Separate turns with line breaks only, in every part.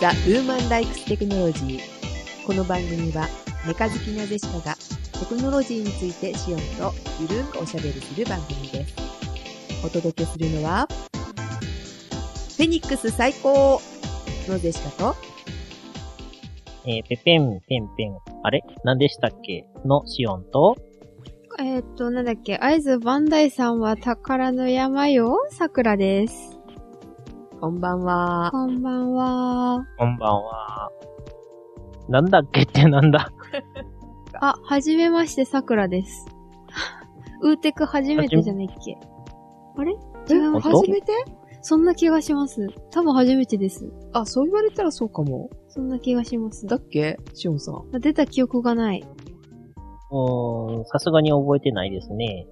The Woman Likes Technology この番組はメカ好きなジェシカがテクノロジーについてシオンとゆるーくおしゃべりする番組ですお届けするのはフェニックス最高のジェシカと
えー、ペペン、ペンペン、あれ何でしたっけのシオンと、
えーっと、なんだっけ、合図バンダイさんは宝の山よ、桜です。
こんばんは
こんばんは。
こんばんは。なんだっけってなんだ
あ、はじめまして、桜です。 ウーテク初めてじゃないっけあれ違いま
本
す
当
初め
て
そんな気がします。多分初めてです。
あ、そう言われたらそうかも。
そんな気がします。
だっけシオンさん。
あ出た記憶がない。
うーん、さすがに覚えてないですね。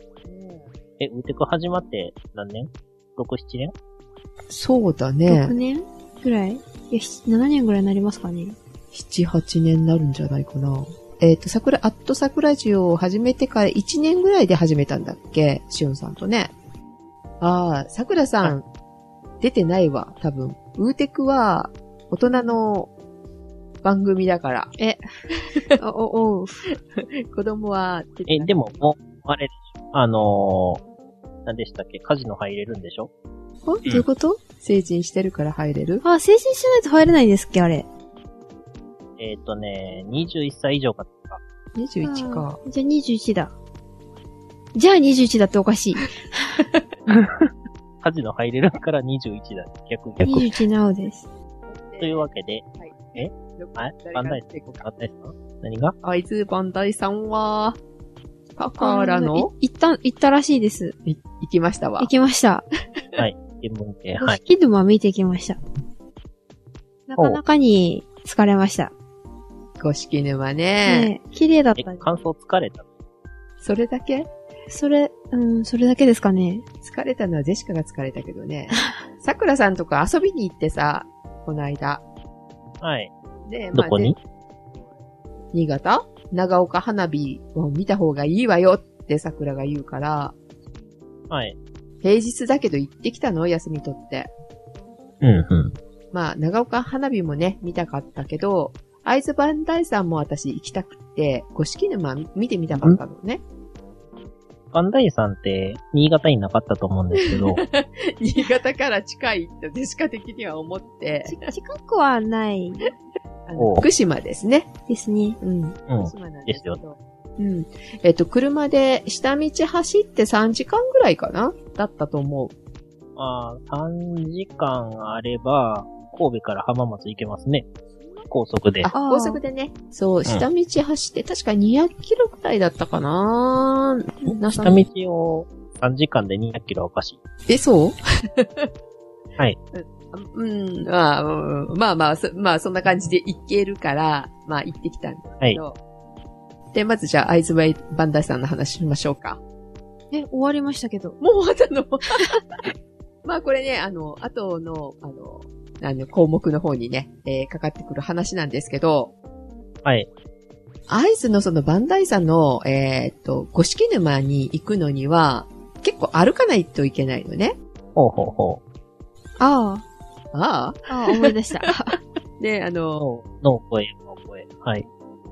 え、ウテク始まって何年 ?6、7年
そうだ
6
ね。
年ぐらいいや、し7年ぐらいになりますかね。
7、8年になるんじゃないかな。えっ、と、桜、アット桜ジオを始めてから1年ぐらいで始めたんだっけシオンさんとね。ああ、桜さん、出てないわ、多分。ウーテクは、大人の番組だから、
あお、おう。
子供は出て
え、
ない
でも、もう、あれ、あのー、何でしたっけカジノ入れるんでしょ
ほんどういうこと成人してるから入れる
あ、成人しないと入れないんですっけ、あれ。
えっ、とね、21歳以上かとか。
?21 か。
あー。じゃあ21だ。じゃあ21だっておかしい。
カジノ入れるから21だ。逆逆。
21なおです。
というわけで、あれバンダイ
誰か
さんバンダイさん何が
あいつ、バンダイさんは、パカラ
あ
の、
い行った、行ったらしいです。
い行きましたわ
行。きました。
原文系。は。
はいい。ドマ見てきました。なかなかに疲れました。
五色沼ね。
ねえ綺麗だっ
え
た、ね。
感想疲れた
それだけ
それ、うん、それだけですかね。
疲れたのはジェシカが疲れたけどね。 さくらさんとか遊びに行ってさ、この間。
はい。
で、
どこに
で新潟長岡花火を見た方がいいわよってさくらが言うから、
はい。
平日だけど行ってきたの休み取って。
うんうん。
まあ、長岡花火もね、見たかったけど、会津磐梯山も私行きたくって、五色沼見てみたかったのね。
バンダイさんって、新潟になかったと思うんですけ ど、
新潟から近いってジェシカ的には思って、
ち近くはない
あの福島ですね。
ですね。
うん。
うん。
島なん
ですよ。
うん。えっと、車で下道走って3時間ぐらいかなだったと思う。
ああ、3時間あれば、神戸から浜松行けますね。高速で
あ、。
あー
高速でね。そう、下道走って、確か200キロくらいだったかなな
下道を3時間で200キロはおかしい。
え、そう
はい。
うん、まあ、うんまあまあ、そまあそんな感じで行けるから、まあ行ってきたんですけど。で、まずじゃあ、会津バンダイさんの話しましょうか。
え、終わりましたけど。
もう終わったの まあこれね、あの、後の、あの、あの項目の方にね、えーかかってくる話なんですけど、
はい。
アイスのそのバンダイさんの、えーっと、五色沼に行くのには、結構歩かないといけないのね。
ほうほうほ
ああ、
ああ。
ああ、思い出した。
で、あ
う。
の、
の、の声、の声。はい。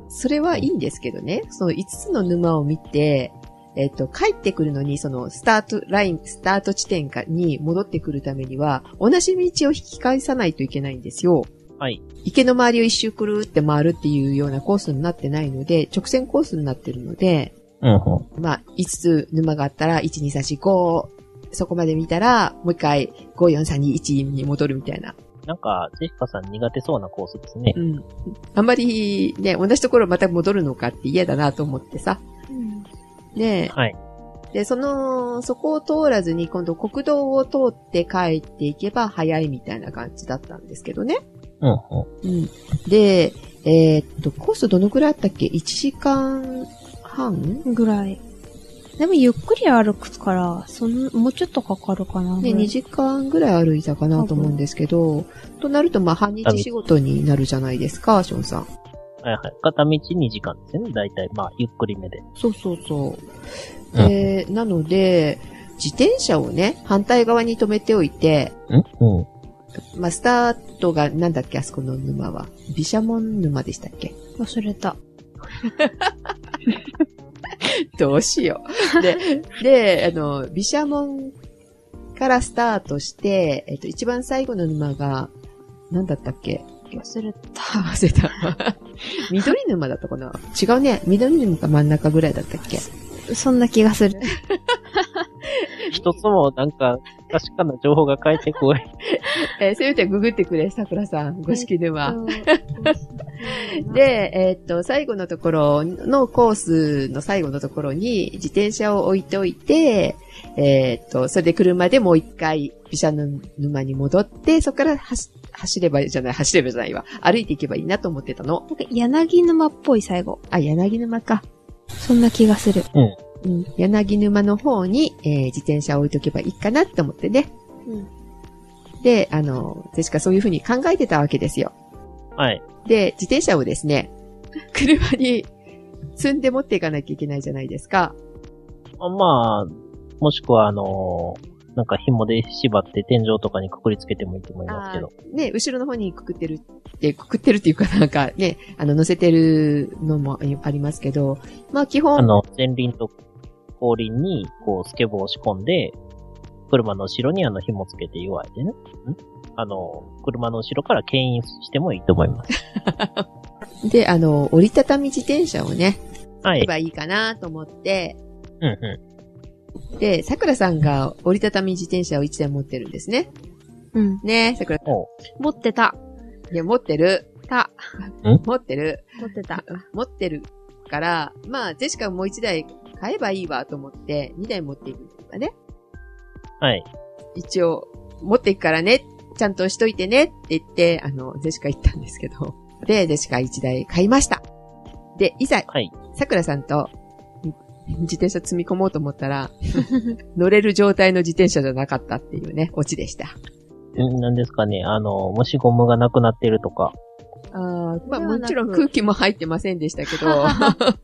それはいいんですけどね、その5つの沼を見て、えっと、帰ってくるのに、その、スタートライン、スタート地点かに戻ってくるためには、同じ道を引き返さないといけないんですよ。
はい。
池の周りを一周くるって回るっていうようなコースになってないので、直線コースになってるので、
うんうん。
まあ、5つ沼があったら、1、2、3、4、5、そこまで見たら、もう一回、5、4、3、2、1に戻るみたいな。
なんか、ジェシカさん苦手そうなコースですね
う。ん。あんまり、ね、同じところまた戻るのかって嫌だなと思ってさ。
うん
ね
はい。
えで、その、そこを通らずに、今度国道を通って帰っていけば早いみたいな感じだったんですけどね。
うんうん。
うん。で、えーっと、コースどのくらいあったっけ ?1 時間半
ぐらい。でもゆっくり歩くから、その、もうちょっとかかるかな。
ね、2時間ぐらい歩いたかなと思うんですけど、となると、まあ、半日仕事になるじゃないですか、ションさん。
はいはい。片道2時間ですよね。だいたい。まあ、ゆっくりめで。
そうそうそう。で、なので、自転車をね、反対側に止めておいて、
うんうん。
まあ、スタートがなんだっけ、あそこの沼は。毘沙門沼でしたっけ
忘れた。
どうしよう。 で、で、あの、毘沙門からスタートして、えっと、一番最後の沼が、なんだったっけ
忘れた。
あ 忘れた。 緑沼だったかな違うね。緑沼か真ん中ぐらいだったっけ
そんな気がする。
一つもなんか、確かな情報が返ってこい。
えーせめてググってくれ、桜さん。五色沼。
で、
で、えーっと、最後のところのコースの最後のところに自転車を置いておいて、えーっと、それで車でもう一回、ビシャの沼に戻って、そこから走走ればいいじゃない、走ればじゃないわ。歩いていけばいいなと思ってたの。
なんか柳沼っぽい最後。
あ、柳沼か。
そんな気がする。
うん。柳沼の方に、えー自転車を置いとけばいいかなって思ってね。
うん。
で、あの、ジェシカそういうふうに考えてたわけですよ。
はい。
で、自転車をですね、車に積んで持っていかなきゃいけないじゃないですか。
あまあ、もしくはあのーなんか紐で縛って天井とかにくくりつけてもいいと思いますけど。
ね、後ろの方にくくってる、でくくってるっていうか なんかね、あの、乗せてるのもありますけど、まあ基
あ
本、
の、前輪と後輪に、こう、スケボーを仕込んで、車の後ろにあの紐つけて弱いでね。んあの、車の後ろから牽引してもいいと思います。
で、あの、折りたたみ自転車をね、
は
行
い
け。ばいいかなと思って、
うんう
で、桜さんが折りたたみ自転車を1台持ってるんですね。
うん。
ね、桜、
ん。おう
持ってた。
いや、持ってる。
た。
持ってる。
持ってた。
持ってるから、まあ、ジェシカもう1台買えばいいわと思って、2台持っていくんだね。
はい。
一応、持っていくからね、ちゃんとしといてねって言って、あの、ジェシカ行ったんですけど。 で、ジェシカ1台買いました。で、いざ、
はい。
桜さんと、ん自転車積み込もうと思った ら、乗れる状態の自転車じゃなかったっていうね、オチでした。
んなんですかね、あの、もしゴムがなくなってるとか。
ああ、まあ
ではなく
もちろん空気も入ってませんでしたけ ど、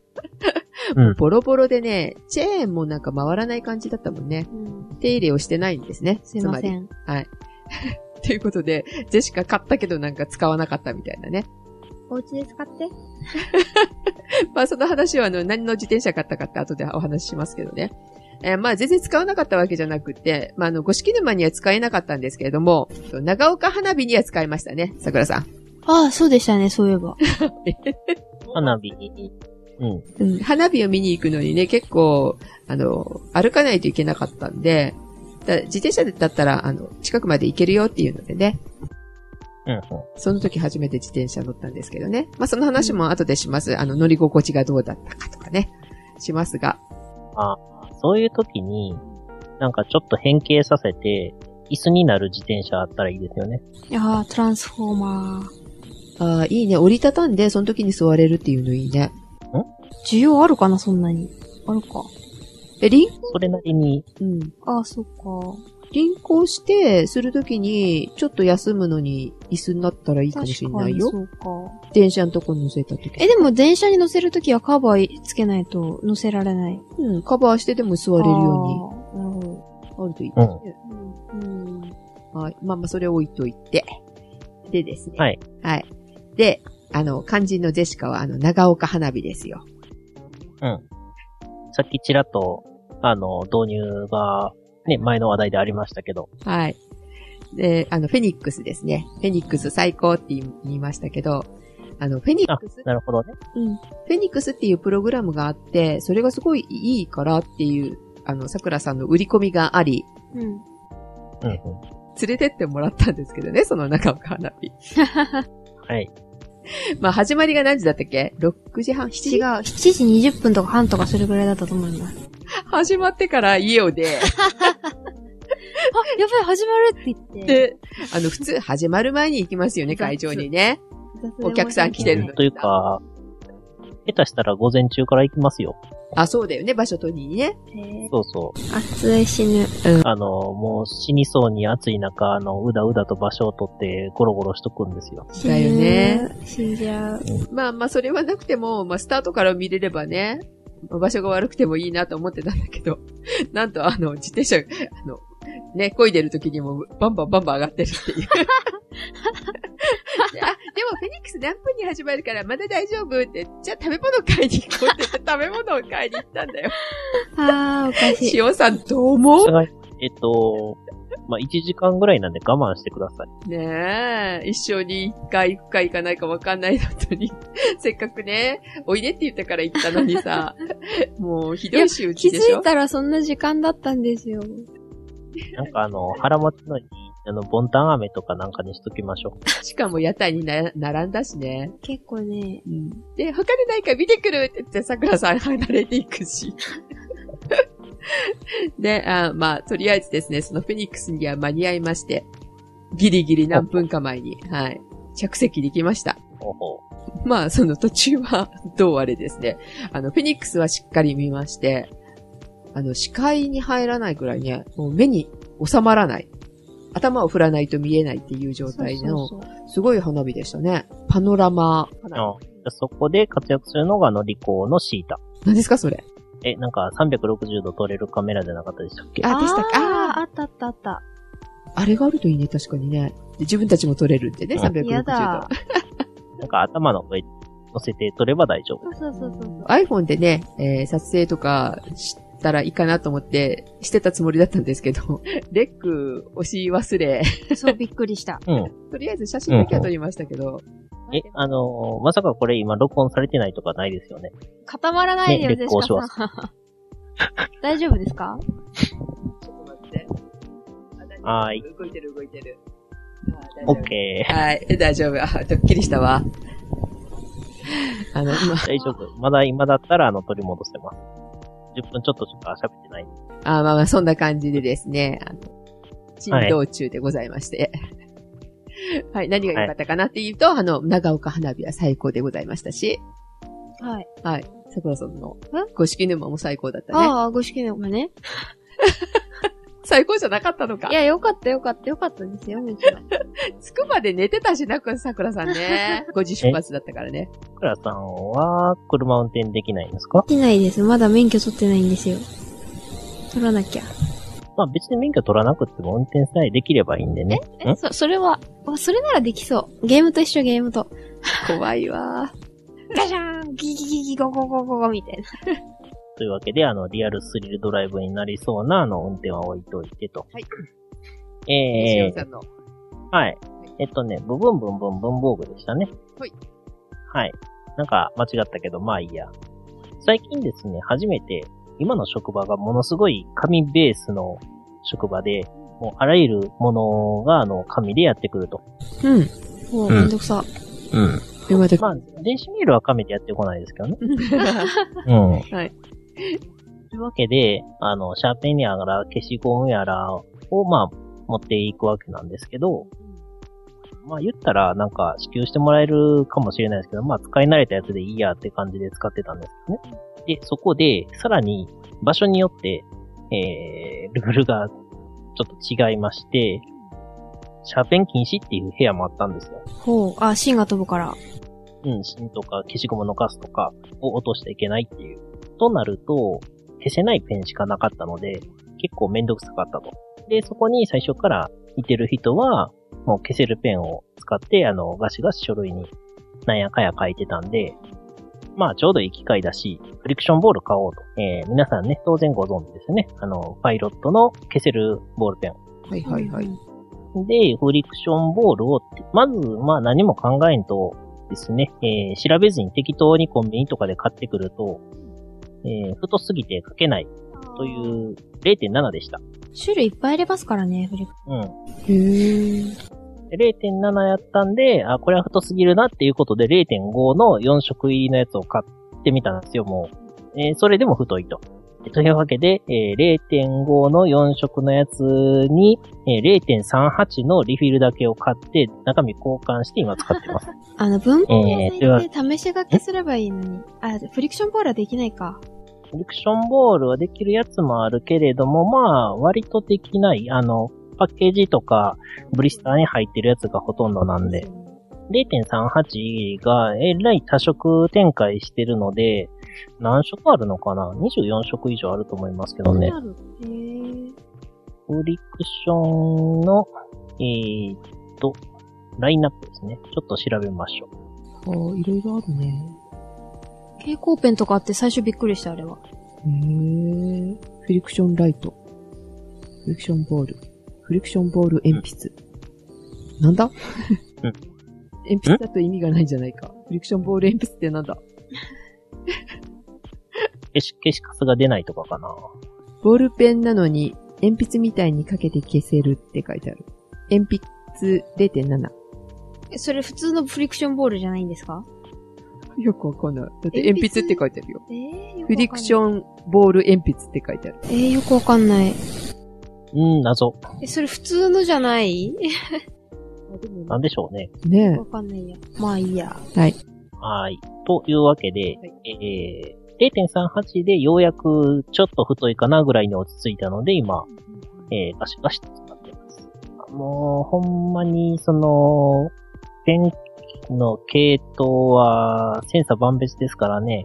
うん。
ボロボロでね、チェーンもなんか回らない感じだったもんね。
うん、
手入れをしてないんですね。
すいませ
つり。
ん。
ということで、ジェシカ買ったけどなんか使わなかったみたいなね。
お家で使って。
まあその話はあの何の自転車買ったかって後でお話ししますけどね。えーまあ全然使わなかったわけじゃなくて、まああの、五色沼には使えなかったんですけれども、長岡花火には使いましたね、桜さん。
ああ、そうでしたね、そういえば。
花火に。うん。
うん、花火を見に行くのにね、結構、あの、歩かないといけなかったんで、だ自転車だったら、あの、近くまで行けるよっていうのでね、
うんうん。
その時初めて自転車乗ったんですけどね。まあ、その話も後でします。あの、乗り心地がどうだったかとかね、しますが。
そういう時に、なんかちょっと変形させて、椅子になる自転車あったらいいですよね。
ああ、トランスフォーマー。
ああ、いいね。折りたたんで、その時に座れるっていうのいいね。
需要あるかな、そんなに。あるか。
え、輪、
それなりに、
うん。
ああ、そっか。
輪行して、する時に、ちょっと休むのに椅子になったらいいかもしれ
確
な
か
い
に
よ
そ。うか。
電車のとこ乗せた時
え、でも電車に乗せるときはカバーつけないと乗せられない。
うん、カバーしてでも座れるよ
うに。なるほ
うに、あるといいですね。
ど。うん。うん
はい。まあまあ、それを置いといて。でですね。
はい。
はい。で、あの、肝心のジェシカは、あの、長岡花火ですよ。
さっきちらっと、あの、導入が、ね、前の話題でありましたけど、
はい。で、あの、フェニックスですね。フェニックス最高って言い言いましたけど、あの、フェニックス、
なるほどね。
うん。フェニックスっていうプログラムがあって、それがすごいいいからっていう、あの、桜さんの売り込みがあり、
うん。
うんうん。
連れてってもらったんですけどね、その長岡花火。
はい。
まあ、始まりが何時だったっけ ?6 時半 ?7
違う。
時
7時20分とか半とかそれぐらいだったと思います。あ、
始まってから家を出。
やばい、始まるって言って。
で、あの、普通始まる前に行きますよね、
雑
会場にね。お客さん来てるの
というか、下手したら午前中から行きますよ。
あ、そうだよね、場所取りにね。
そうそ
暑い死ぬ。
う。あの、もう死にそうに暑い中、あの、うだうだと場所を取ってゴロゴロしとくんですよ。
死
だよね
ぬ。死んじゃう。
まあまあ、それはなくても、まあ、スタートから見れれば ね、場所が悪くてもいいなと思ってたんだけど、なんとあの、自転車、あの、ね、漕いでる時にもバンバンバンバン上がってるっていう。であでもフェニックス何分に始まるからまだ大丈夫って、じゃあ食べ物買いに行こうって言って食べ物を買いに行ったんだよ。
あー、おかしい。
塩さんどう思う
さすがにえっと、まあ、1時間ぐらいなんで我慢してください。
ねえ、一緒に一回行くか行かないか分かんないのに、 せっかくね、おいでって言ったから行ったのに さ、もうひどい仕打
気
ちでし
づ
ょ
いたらそんな時間だったんですよ。
なんかあの、腹持ちのいい、あの、ボンタン飴とかなんかにしときましょ
しかも屋台にな並んだしね。
結構ね、
で、他でないから見てくるって言って、桜さん離れていくし。 で、あまあ、とりあえずですね、そのフェニックスには間に合いまして、ギリギリ何分か前に、はい、着席できました。
う。ほうほう。
まあ、その途中は、どうあれですね。あの、フェニックスはしっかり見まして、あの、視界に入らないくらいね、もう目に収まらない。頭を振らないと見えないっていう状態の、
そうそうそう
すごい花火でしたね。パノラマ花火。
あじゃあそこで活躍するのがあの、リコーのシータ。
何ですか、それ。
え、なんか360度撮れるカメラじゃなかったでしたっけ
あでしたっけ
あ
あ
ー、あったあったあった。
あれがあるといいね、確かにね。で自分たちも撮れるんでね、
うん
360
や
度
だ。。
なんか頭の上に乗せて撮れば大丈夫。
そうそうそうそう。
iPhone でね、えー撮影とかしたらいいかなと思って、してたつもりだったんですけど、 レック押し忘れ、
そう、びっくりした。
うん。
とりあえず写真だけは撮りましたけど、
え、あのーまさかこれ今録音されてないとかないですよね。
固まらないでよ、
ね
ゼ
劣
シ
行
カさん。 大丈夫ですか
ちょっと待って。
はーい。
動いてる動いてる。
オッケー。
はい、大丈夫。あ、ドッキリしたわ。あの、今、
大丈夫。まだ今だったらあの、取り戻せます。10分ちょっとしか喋ってない。
あまあまあ、そんな感じでですね、あの、
はい
沈道中でございまして。 はい、何が良かったかなっていうと、あの、長岡花火は最高でございましたし、
はい。
はい、桜さんの
え
五色沼も最高だったね。
ああ、ご式のがね。
最高じゃなかったのか
い。や、よかったよかったよかったですよ、もち ろん。
着くまで寝てたしなく、桜さんね。5時出発だったからね。
さくらさんは、車運転できないんですか
できないです。まだ免許取ってないんですよ。取らなきゃ。
まあ別に免許取らなくても運転さえできればいいんでね。
え、
ん
そ、それは、あそれならできそう。ゲームと一緒、ゲームと。
怖いわ。
ガシャーンギギギギゴゴゴゴゴみたいな。
というわけで、あの、リアルスリルドライブになりそうな、あの、運転は置いといてと。
はい。西
え
野
ー
さ、んの。
はい。えっとね、ブブンブンブン文房具でしたね。
はい。
はい。なんか間違ったけど、まあいいや。最近ですね、初めて、今の職場がものすごい紙ベースの職場で、もうあらゆるものが、あの、紙でやってくると。
うん。
もう、
うん
めんどく
う
さ。
ん。
今だけ
まあ、電子メールは紙でやってこないですけどね。うん。
はい。
というわけで、あの、シャーペンやら、消しゴムやらを、まあ、持っていくわけなんですけど、まあ言ったら、なんか、支給してもらえるかもしれないですけど、まあ使い慣れたやつでいいやって感じで使ってたんですよね。で、そこで、さらに、場所によって、えー、ルールがちょっと違いまして、シャーペン禁止っていう部屋もあったんですよ。
ほう。あ、芯が飛ぶから。
うん、芯とか消しゴムのガスとかを落としていけないっていう。となると、消せないペンしかなかったので、結構めんどくさかったと。で、そこに最初からいてる人は、もう消せるペンを使って、あの、ガシガシ書類になんやかや書いてたんで、まあちょうどいい機会だし、フリクションボール買おうと。えー、皆さんね、当然ご存知ですよね。あの、パイロットの消せるボールペ ン。
はいはいはい。。
で、フリクションボールを、まず、まあ何も考えんとですね、えー調べずに適当にコンビニとかで買ってくると、えー太すぎて書けないとい。う0.7でした。
種類いっぱいありますからね、フリップ。
うん。
へー。
で0.7やったんで、あ、これは太すぎるなっていうことで0.5の4色入りのやつを買ってみたんですよ、もう。えーそれでも太いと。でというわけで、えー0.5の4色のやつに、えー0.38のリフィルだけを買って、中身交換して今使ってます。
あの、文庫屋
え
さ
ー
ん
では
行って試し書きすればいいのに。あ、フリクションボールはできないか。
フリクションボールはできるやつもあるけれども、まあ、割とできない。あの、パッケージとか、ブリスターに入ってるやつがほとんどなんで。0.38が、えらい多色展開してるので、何色あるのかな ?24 色以上あると思いますけどね。
へー
フリクションの、えーっと、ラインナップですね。ちょっと調べましょう。
ああ、いろいろあるね。
蛍光ペンとかあって最初びっくりした、あれは。
へえ。フリクションライト。フリクションボール。フリクションボール鉛筆。なんだ
うん
鉛筆だと意味がないんじゃないか。フリクションボール鉛筆ってなんだ
消し、消しカスが出ないとかかな。
ボールペンなのに、鉛筆みたいにかけて消せるって書いてある。鉛筆0.7。
えそれ普通のフリクションボールじゃないんですか
よくわかんない。だって
鉛筆
鉛筆って書いてあるよ。
えー、よくわかんない
フリクションボール鉛筆って書いてある。
えー、よくわかんない。
うん、謎。
え、それ普通のじゃない
なんでしょうね。
ね
わかんないや。まあいいや。
はい。というわけで、
はい
えー、0.38でようやくちょっと太いかなぐらいに落ち着いたので、今、えー、ガシガシと詰まってます。もう、ほんまに、その、ペンの系統は、千差万別ですからね。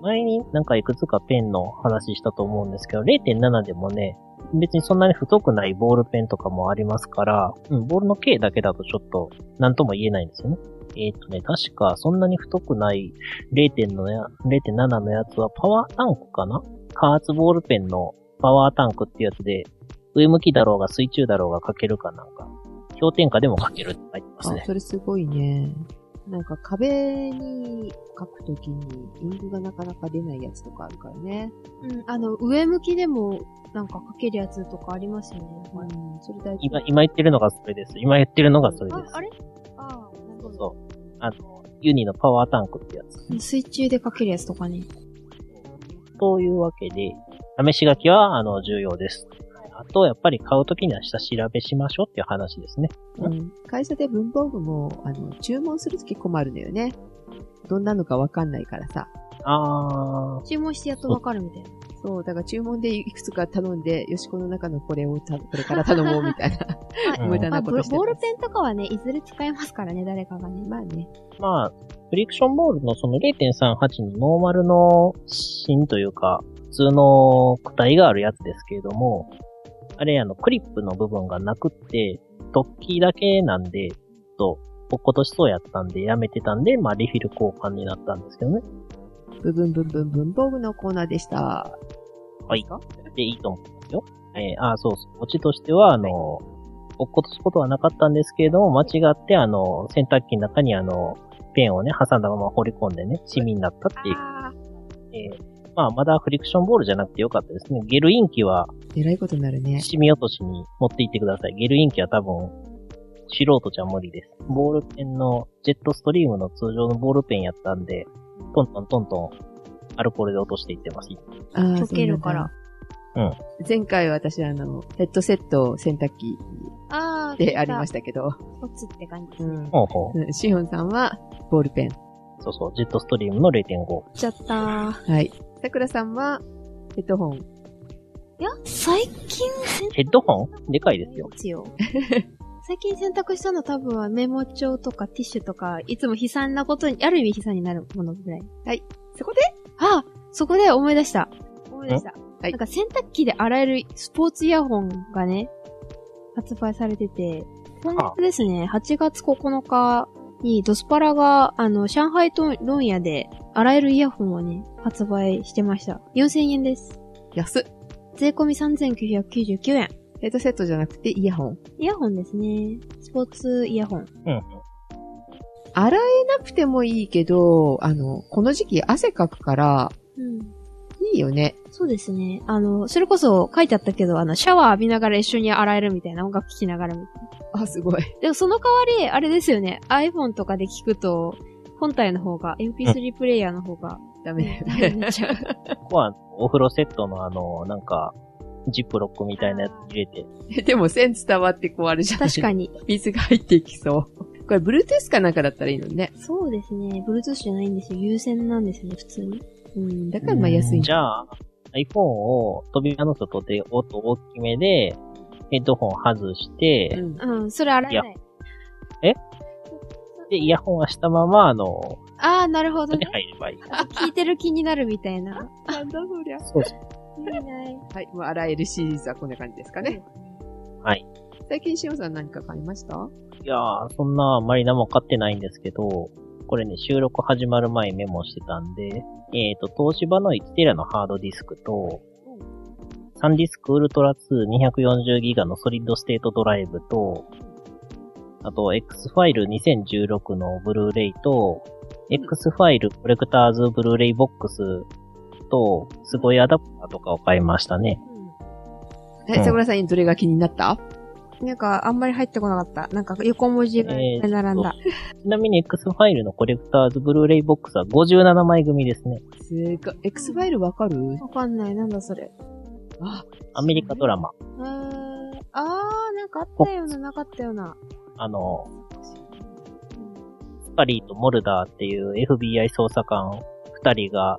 前になんかいくつかペンの話したと思うんですけど、0.7でもね、別にそんなに太くないボールペンとかもありますから、うん、ボールの径だけだとちょっと、なんとも言えないんですよね。えっ、とね、確かそんなに太くない0.7のや0.7のやつはパワータンクかな加圧ボールペンのパワータンクってやつで、上向きだろうが水中だろうが書けるかなんか、氷点下でも書けるって書いてます
あ
ね。
それすごいね。なんか壁に書くときにインクがなかなか出ないやつとかあるからね。
うん、あの、上向きでも、なんかかけるやつとかありますよね。
うん、それ大事
今、今言ってるのがそれです。今言ってるのがそれで
あ、
す。
あれああ、なるほど。
そう。あの、ユニのパワータンクってやつ。
水中でかけるやつとかね。
というわけで、試し書きは、あの、重要です。あと、やっぱり買うときには下調べしましょうっていう話ですね。
うん会社で文房具も、あの、注文するとき困るんだよね。どんなのかわかんないからさ。
あー、
注文してやっとわかるみたいな。
そう、だから注文でいくつか頼んで、よしこの中のこれをた、これから頼もうみたいな。
うん
無駄
まあ、
な
ボ
ことして
ボールペンとかはね、いずれ使えますからね、誰かがね。
まあね。
まあ、フリクションボールのその0.38のノーマルの芯というか、普通の躯体があるやつですけれども、あれ、あの、クリップの部分がなくって、突起だけなんで、ちょっと、落っことしそうやったんで、やめてたんで、まあ、リフィル交換になったんですけどね。
部分部分文房具のコーナーでした。
はい。で、いいと思いますよ。えーあー、そうそう。オチとしては、あの、落っことすことはなかったんですけれども、間違って、あの、洗濯機の中に、あの、ペンをね、挟んだまま放り込んでね、シミになったっていう。
あ
えーまあ、まだフリクションボールじゃなくてよかったですね。ゲルインキは、
えらいことになるね。
シミ落としに持って行ってください。ゲルインキは多分、素人じゃ無理です。ボールペンの、ジェットストリームの通常のボールペンやったんで、トントントントン、アルコールで落としていってます。
あー
溶けるから。
そうなんだ前回私あの、ヘッドセットを洗濯機
ああ、。
でありましたたけど、
落ちって感じ。
う
や
ん。
ほうほ
うんシオンさんは、ボールペン。
う。そうそう、ジェットストリームの0.5。
っちゃった
はい。さくらさんは、ヘッドホン。
いや、最近
ヘッドホンでかいですよ。
ですよ。 最近選択したの多分はメモ帳とかティッシュとか、いつも悲惨なことに、ある意味悲惨になるものぐらい。
はい。そこ
であそこで思い出した。思い出した。
はい
なんか洗濯機で洗えるスポーツイヤホンがね、発売されてて、今月ですね、8月9日にドスパラが、あの、上海トン論屋で洗えるイヤホンをね、発売してました。4000円です。
安っ。
税込み3999円。
ヘッドセットじゃなくてイヤホン。
イヤホンですね。スポーツイヤホン。
うん。
洗えなくてもいいけど、あの、この時期汗かくから、
うん。
いいよね。
そうですね。あの、それこそ書いてあったけど、あの、シャワー浴びながら一緒に洗えるみたいな音楽聴きながらみたいな。
あ、すごい。
でもその代わり、あれですよね。iPhone とかで聞くと、本体の方が、MP3 プレイヤーの方が、
ダメ
ね
だ
ダ
よ
メ
ね
になっちゃう。
ここは、お風呂セットのあの、なんか、ジップロックみたいなやつ入れ て、
でも線伝わってこうあれじゃない
確かに。
水が入っていきそう。これ、Bluetooth かなんかだったらいいのにね。
そうですね。Bluetooth じゃないんですよ。優先なんですね、普通に。
うん、だからまあ安いん
じ
ゃ。
ゃあ、iPhone を扉の外で音大きめで、ヘッドホン外して、
うん
うん、それ洗えない。
で、イヤホンはしたまま、あの、
あー、なるほど
に
ね。
入ればいい。
聞いてる気になるみたいな。
なんだそりゃ。
そうそう。
いいない。
はい。もうあらゆるシリーズはこんな感じですかね。
はい。
最近、しおんさん何か買いました
いやー、そんなあんまり何も買ってないんですけど、これね、収録始まる前メモしてたんで、えっ、と、東芝の 1TB のハードディスクと、サンディスクウルトラ 2240GB のソリッドステートドライブと、あと、X ファイル2016のブルーレイと、X ファイルコレクターズブルーレイボックスと、すごいアダプターとかを買いましたね。
え、
うん
桜さんにどれが気になった
なんか、あんまり入ってこなかった。なんか、横文字がいっぱい並んだ。
ちなみに X ファイルのコレクターズブルーレイボックスは57枚組ですね。
すごい。X ファイルわかる
わかんない。なんだそれ。
あ、
アメリカドラマ。
えー、あー、なんかあったような、なかったような。
あの、スパリーとモルダーっていう FBI 捜査官二人が、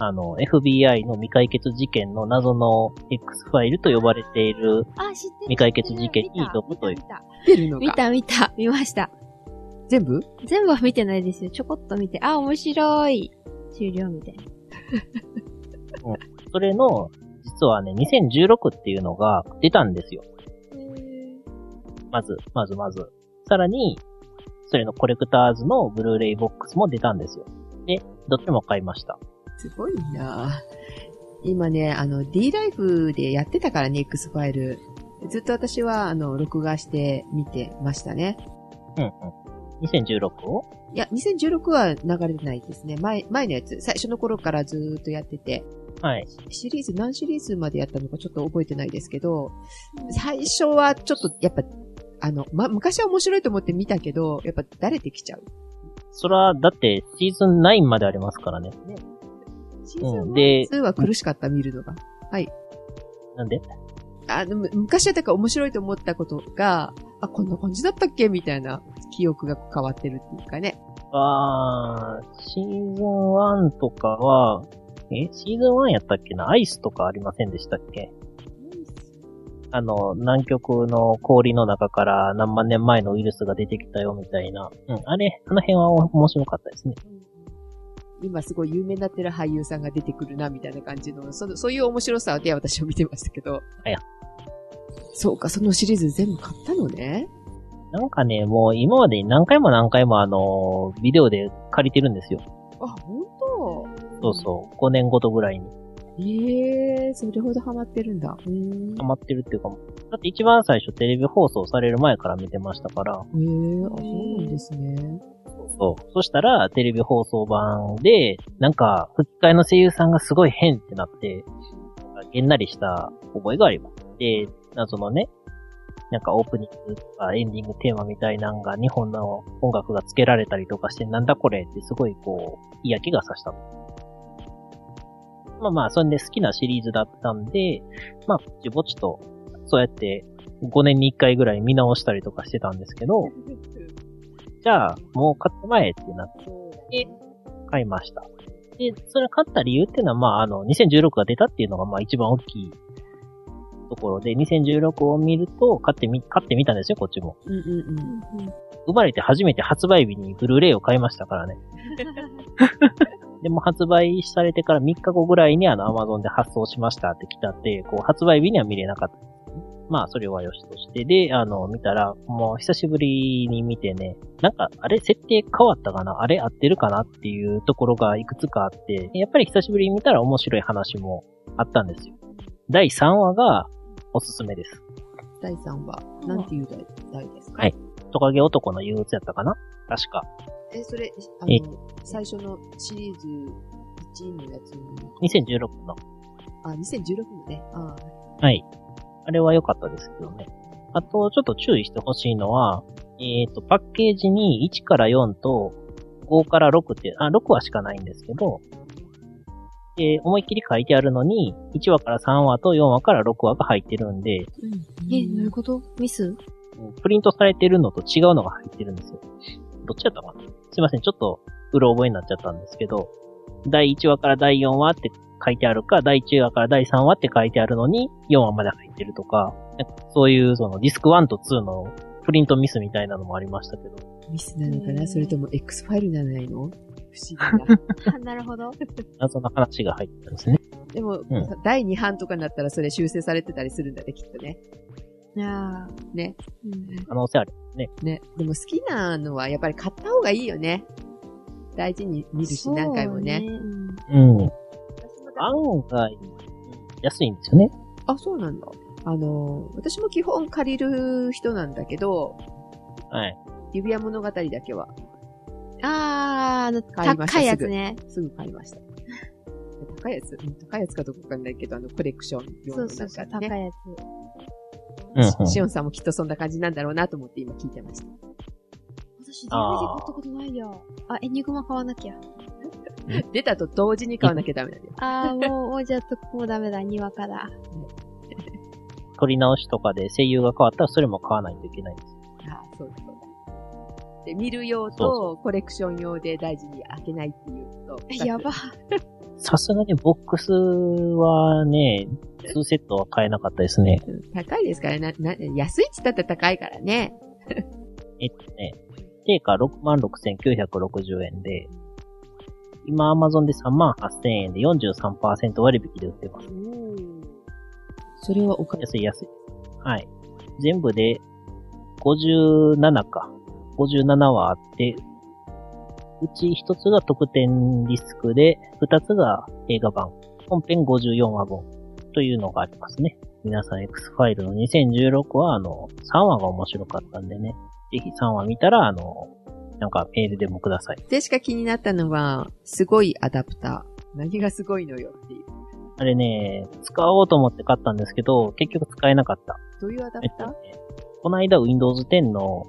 あの、FBI の未解決事件の謎の X ファイルと呼ばれている、
あ、知ってる。
未解決事件に
見た
挑むという
見た
出るの
見
か。
た、見た、見ました。
全部
全部は見てないですよ。ちょこっと見て、あ、面白い。終了みたいな。
それの、実はね、2016っていうのが出たんですよ。まず、まずまず。さらに、それのコレクターズのブルーレイボックスも出たんですよ。で、どっちも買いました。
すごいな今ね、あの、D ライフでやってたからね、X ファイル。ずっと私は、あの、録画して見てましたね。
うんうん。2016を
いや、2016は流れてないですね。前、前のやつ。最初の頃からずーっとやってて。
はい。
シリーズ、何シリーズまでやったのかちょっと覚えてないですけど、最初はちょっと、やっぱ、あの、ま、昔は面白いと思って見たけど、やっぱ慣れてきちゃう。
それは、だって、シーズン9までありますからね。
シーズン
うんで
1、2は苦しかった、見るのが。
なんで
あの、む昔はだから面白いと思ったことが、あ、こんな感じだったっけみたいな記憶が変わってるっていうかね。
あー、シーズン1とかは、え、シーズン1やったっけなアイスとかありませんでしたっけあの、南極の氷の中から何万年前のウイルスが出てきたよみたいな。うん、あれ、あの辺は面白かったですね。
今すごい有名になってる俳優さんが出てくるな、みたいな感じの、その、そういう面白さで私は見てましたけど。
あや。
そうか、そのシリーズ全部買ったのね。
なんかね、もう今までに何回も何回もあの、ビデオで借りてるんですよ。
あ、本当
そうそう、5年ごとぐらいに。
ええそれほどハマってるんだ。うーん。
ハマってるっていうか、だって一番最初テレビ放送される前から見てましたから。
ええあ、そうなんですね。
そう。そしたら、テレビ放送版で、なんか、吹き替えの声優さんがすごい変ってなって、げんなりした覚えがあります。で、謎のね、なんかオープニングとかエンディングテーマみたいなんが日本の音楽がつけられたりとかして、なんだこれってすごいこう、嫌気がさした。まあまあ、それで好きなシリーズだったんで、まあ、ぼちぼちと、そうやって5年に1回ぐらい見直したりとかしてたんですけど、じゃあ、もう買ってまえってなって、買いました。で、それ買った理由っていうのは、まあ、あの、2016が出たっていうのが、まあ、一番大きいところで、2016を見ると、買ってみ、買ってみたんですよ、こっちも。
うんうんうん。
生まれて初めて発売日にブルーレイを買いましたからね。でも発売されてから3日後ぐらいにあの Amazon で発送しましたって来たって、こう発売日には見れなかった。まあそれはよしとして。で、あの、見たら、もう久しぶりに見てね、なんか、あれ設定変わったかなあれ合ってるかなっていうところがいくつかあって、やっぱり久しぶりに見たら面白い話もあったんですよ。第3話がおすすめです。
第3話、なんていう題題ですか
はいトカゲ男の憂鬱やったかな確か。
え、それ、あ
え
の、最初のシリーズ1のやつに、
2016の
あ、2016のね。あ
はい。あれは良かったですけどね。あと、ちょっと注意してほしいのは、えっ、と、パッケージに1から4と5から6って、あ、6話しかないんですけど、えー思いっきり書いてあるのに、1話から3話と4話から6話が入ってるんで、
うん
え、どういうことミス
プリントされてるのと違うのが入ってるんですよ。どっちだったかなすいません、ちょっと、うろ覚えになっちゃったんですけど、第1話から第4話って書いてあるか、第1話から第3話って書いてあるのに、4話まで入ってるとか、なんかそういう、その、ディスク1と2のプリントミスみたいなのもありましたけど、
ミスなのか
う
なんそれとも X ファイルなのないの不思議な。
なるほど。
謎の話が入ってたんですね。
でも、
ん
第2版とかになったらそれ修正されてたりするんだね、きっとね。
ああ。
ね。
うん。
可能性ある。
ね。でも好きなのはやっぱり買った方がいいよね。大事に見るし、何回もね。
そううん
うん。
私もだ
案外、安いんですよね。
あ、そうなんだ。あの、私も基本借りる人なんだけど、
はい。
指輪物語だけは
ああ、あの、
買いました
高いやつね。
すぐ買いました。 高いやつうん高いやつかどうかわかんないけど、あの、コレクション用
そ
の
うそうそう、
中
高い
ね。
や
うん、うん。
しおんさんもきっとそんな感じなんだろうなと思って今聞いてました。
つ。私、DVD
あー
買ったことないや。あ、エニグマ買わなきゃ。
出たと同時に買わなきゃダメなんだよ。
ああ、もう、もうじゃあと、もうダメだ、にわかだ。
撮り直しとかで声優が変わったらそれも買わないといけないんですよ。
ああ、そうだそうだ。で、見る用
そう
とコレクション用で大事に開けないっていうのと。
やば。
さすがにボックスはね、2セットは買えなかったですね。
うん高いですからな、な、安いって言ったら高いからね。
えっとね、定価66,960円で、今 Amazon で38,000円で43%割引で売ってます。
それはお金。
安い安い。はい。全部で57か。57はあって、うち1つが特典リスクで、2つが映画版。本編54話分というのがありますね。皆さん X ファイルの2016は、あの、3話が面白かったんでね。ぜひ3話見たら、あの、なんかメールでもください。
でしか気になったのは、すごいアダプター。何がすごいのよっていう。
あれね、使おうと思って買ったんですけど、結局使えなかった。
どういうアダプ
えっ
タ
と
ー
ね、この間 Windows 10の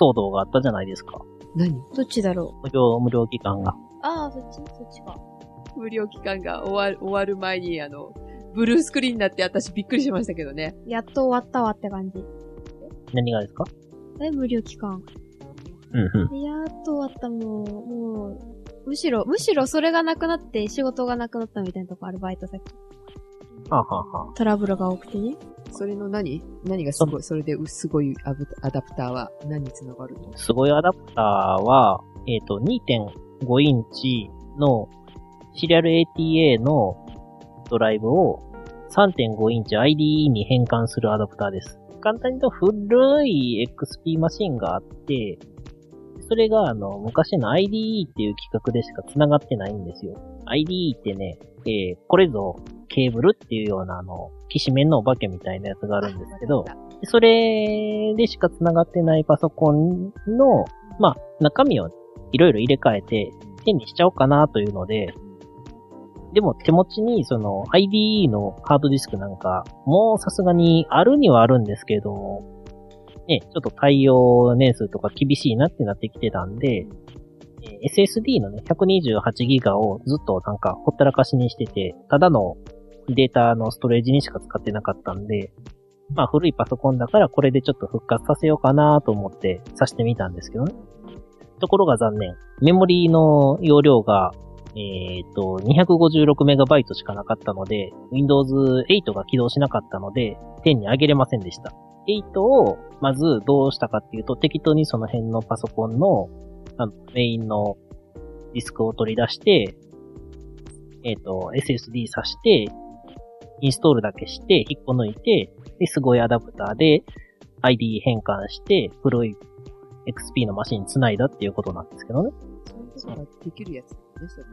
騒動があったじゃないですか。
何
どっちだろ
無料、無料期間が。
う。ああ、そっち、そっちか。
無料期間が終わる、終わる前に、あの、ブルースクリーンになって私びっくりしましたけどね。
やっと終わったわって感じ。
何がですか
え、無料期間。
うんうん。
やっと終わった、もう、もう、むしろ、むしろそれがなくなって仕事がなくなったみたいなとこ、アルバイト先。
はあ、はあはあ、
トラブルが多くてね。
それの何何がすごい、それでうすごいアブアダプターは何につながるの
すごいアダプターは、えっ、と、2.5インチのシリアル ATA のドライブを3.5インチ IDE に変換するアダプターです。簡単に言うと古い XP マシンがあって、それがあの昔の IDE っていう規格でしか繋がってないんですよ。IDE ってね、えーこれぞケーブルっていうようなあの、きしめんのお化けみたいなやつがあるんですけど、でそれでしか繋がってないパソコンの、まあ、中身をいろいろ入れ替えて、手にしちゃおうかなというので、でも手持ちにその IDE のハードディスクなんか、もうさすがにあるにはあるんですけれども、ね、ちょっと対応年数とか厳しいなってなってきてたんで、えー SSD のね、128ギガをずっとなんかほったらかしにしてて、ただのデータのストレージにしか使ってなかったんで、まあ古いパソコンだからこれでちょっと復活させようかなと思って挿してみたんですけどね。ところが残念。メモリーの容量が、えっ、と、256MB しかなかったので、Windows 8が起動しなかったので、10に上げれませんでした。8を、まずどうしたかっていうと、適当にその辺のパソコンの、あの、メインのディスクを取り出して、えっ、と、SSD 挿して、インストールだけして、引っこ抜いて、で、すごいアダプターで ID 変換して、古い XP のマシンに繋いだっていうことなんですけどね。
そういうことができるやつだね、それ。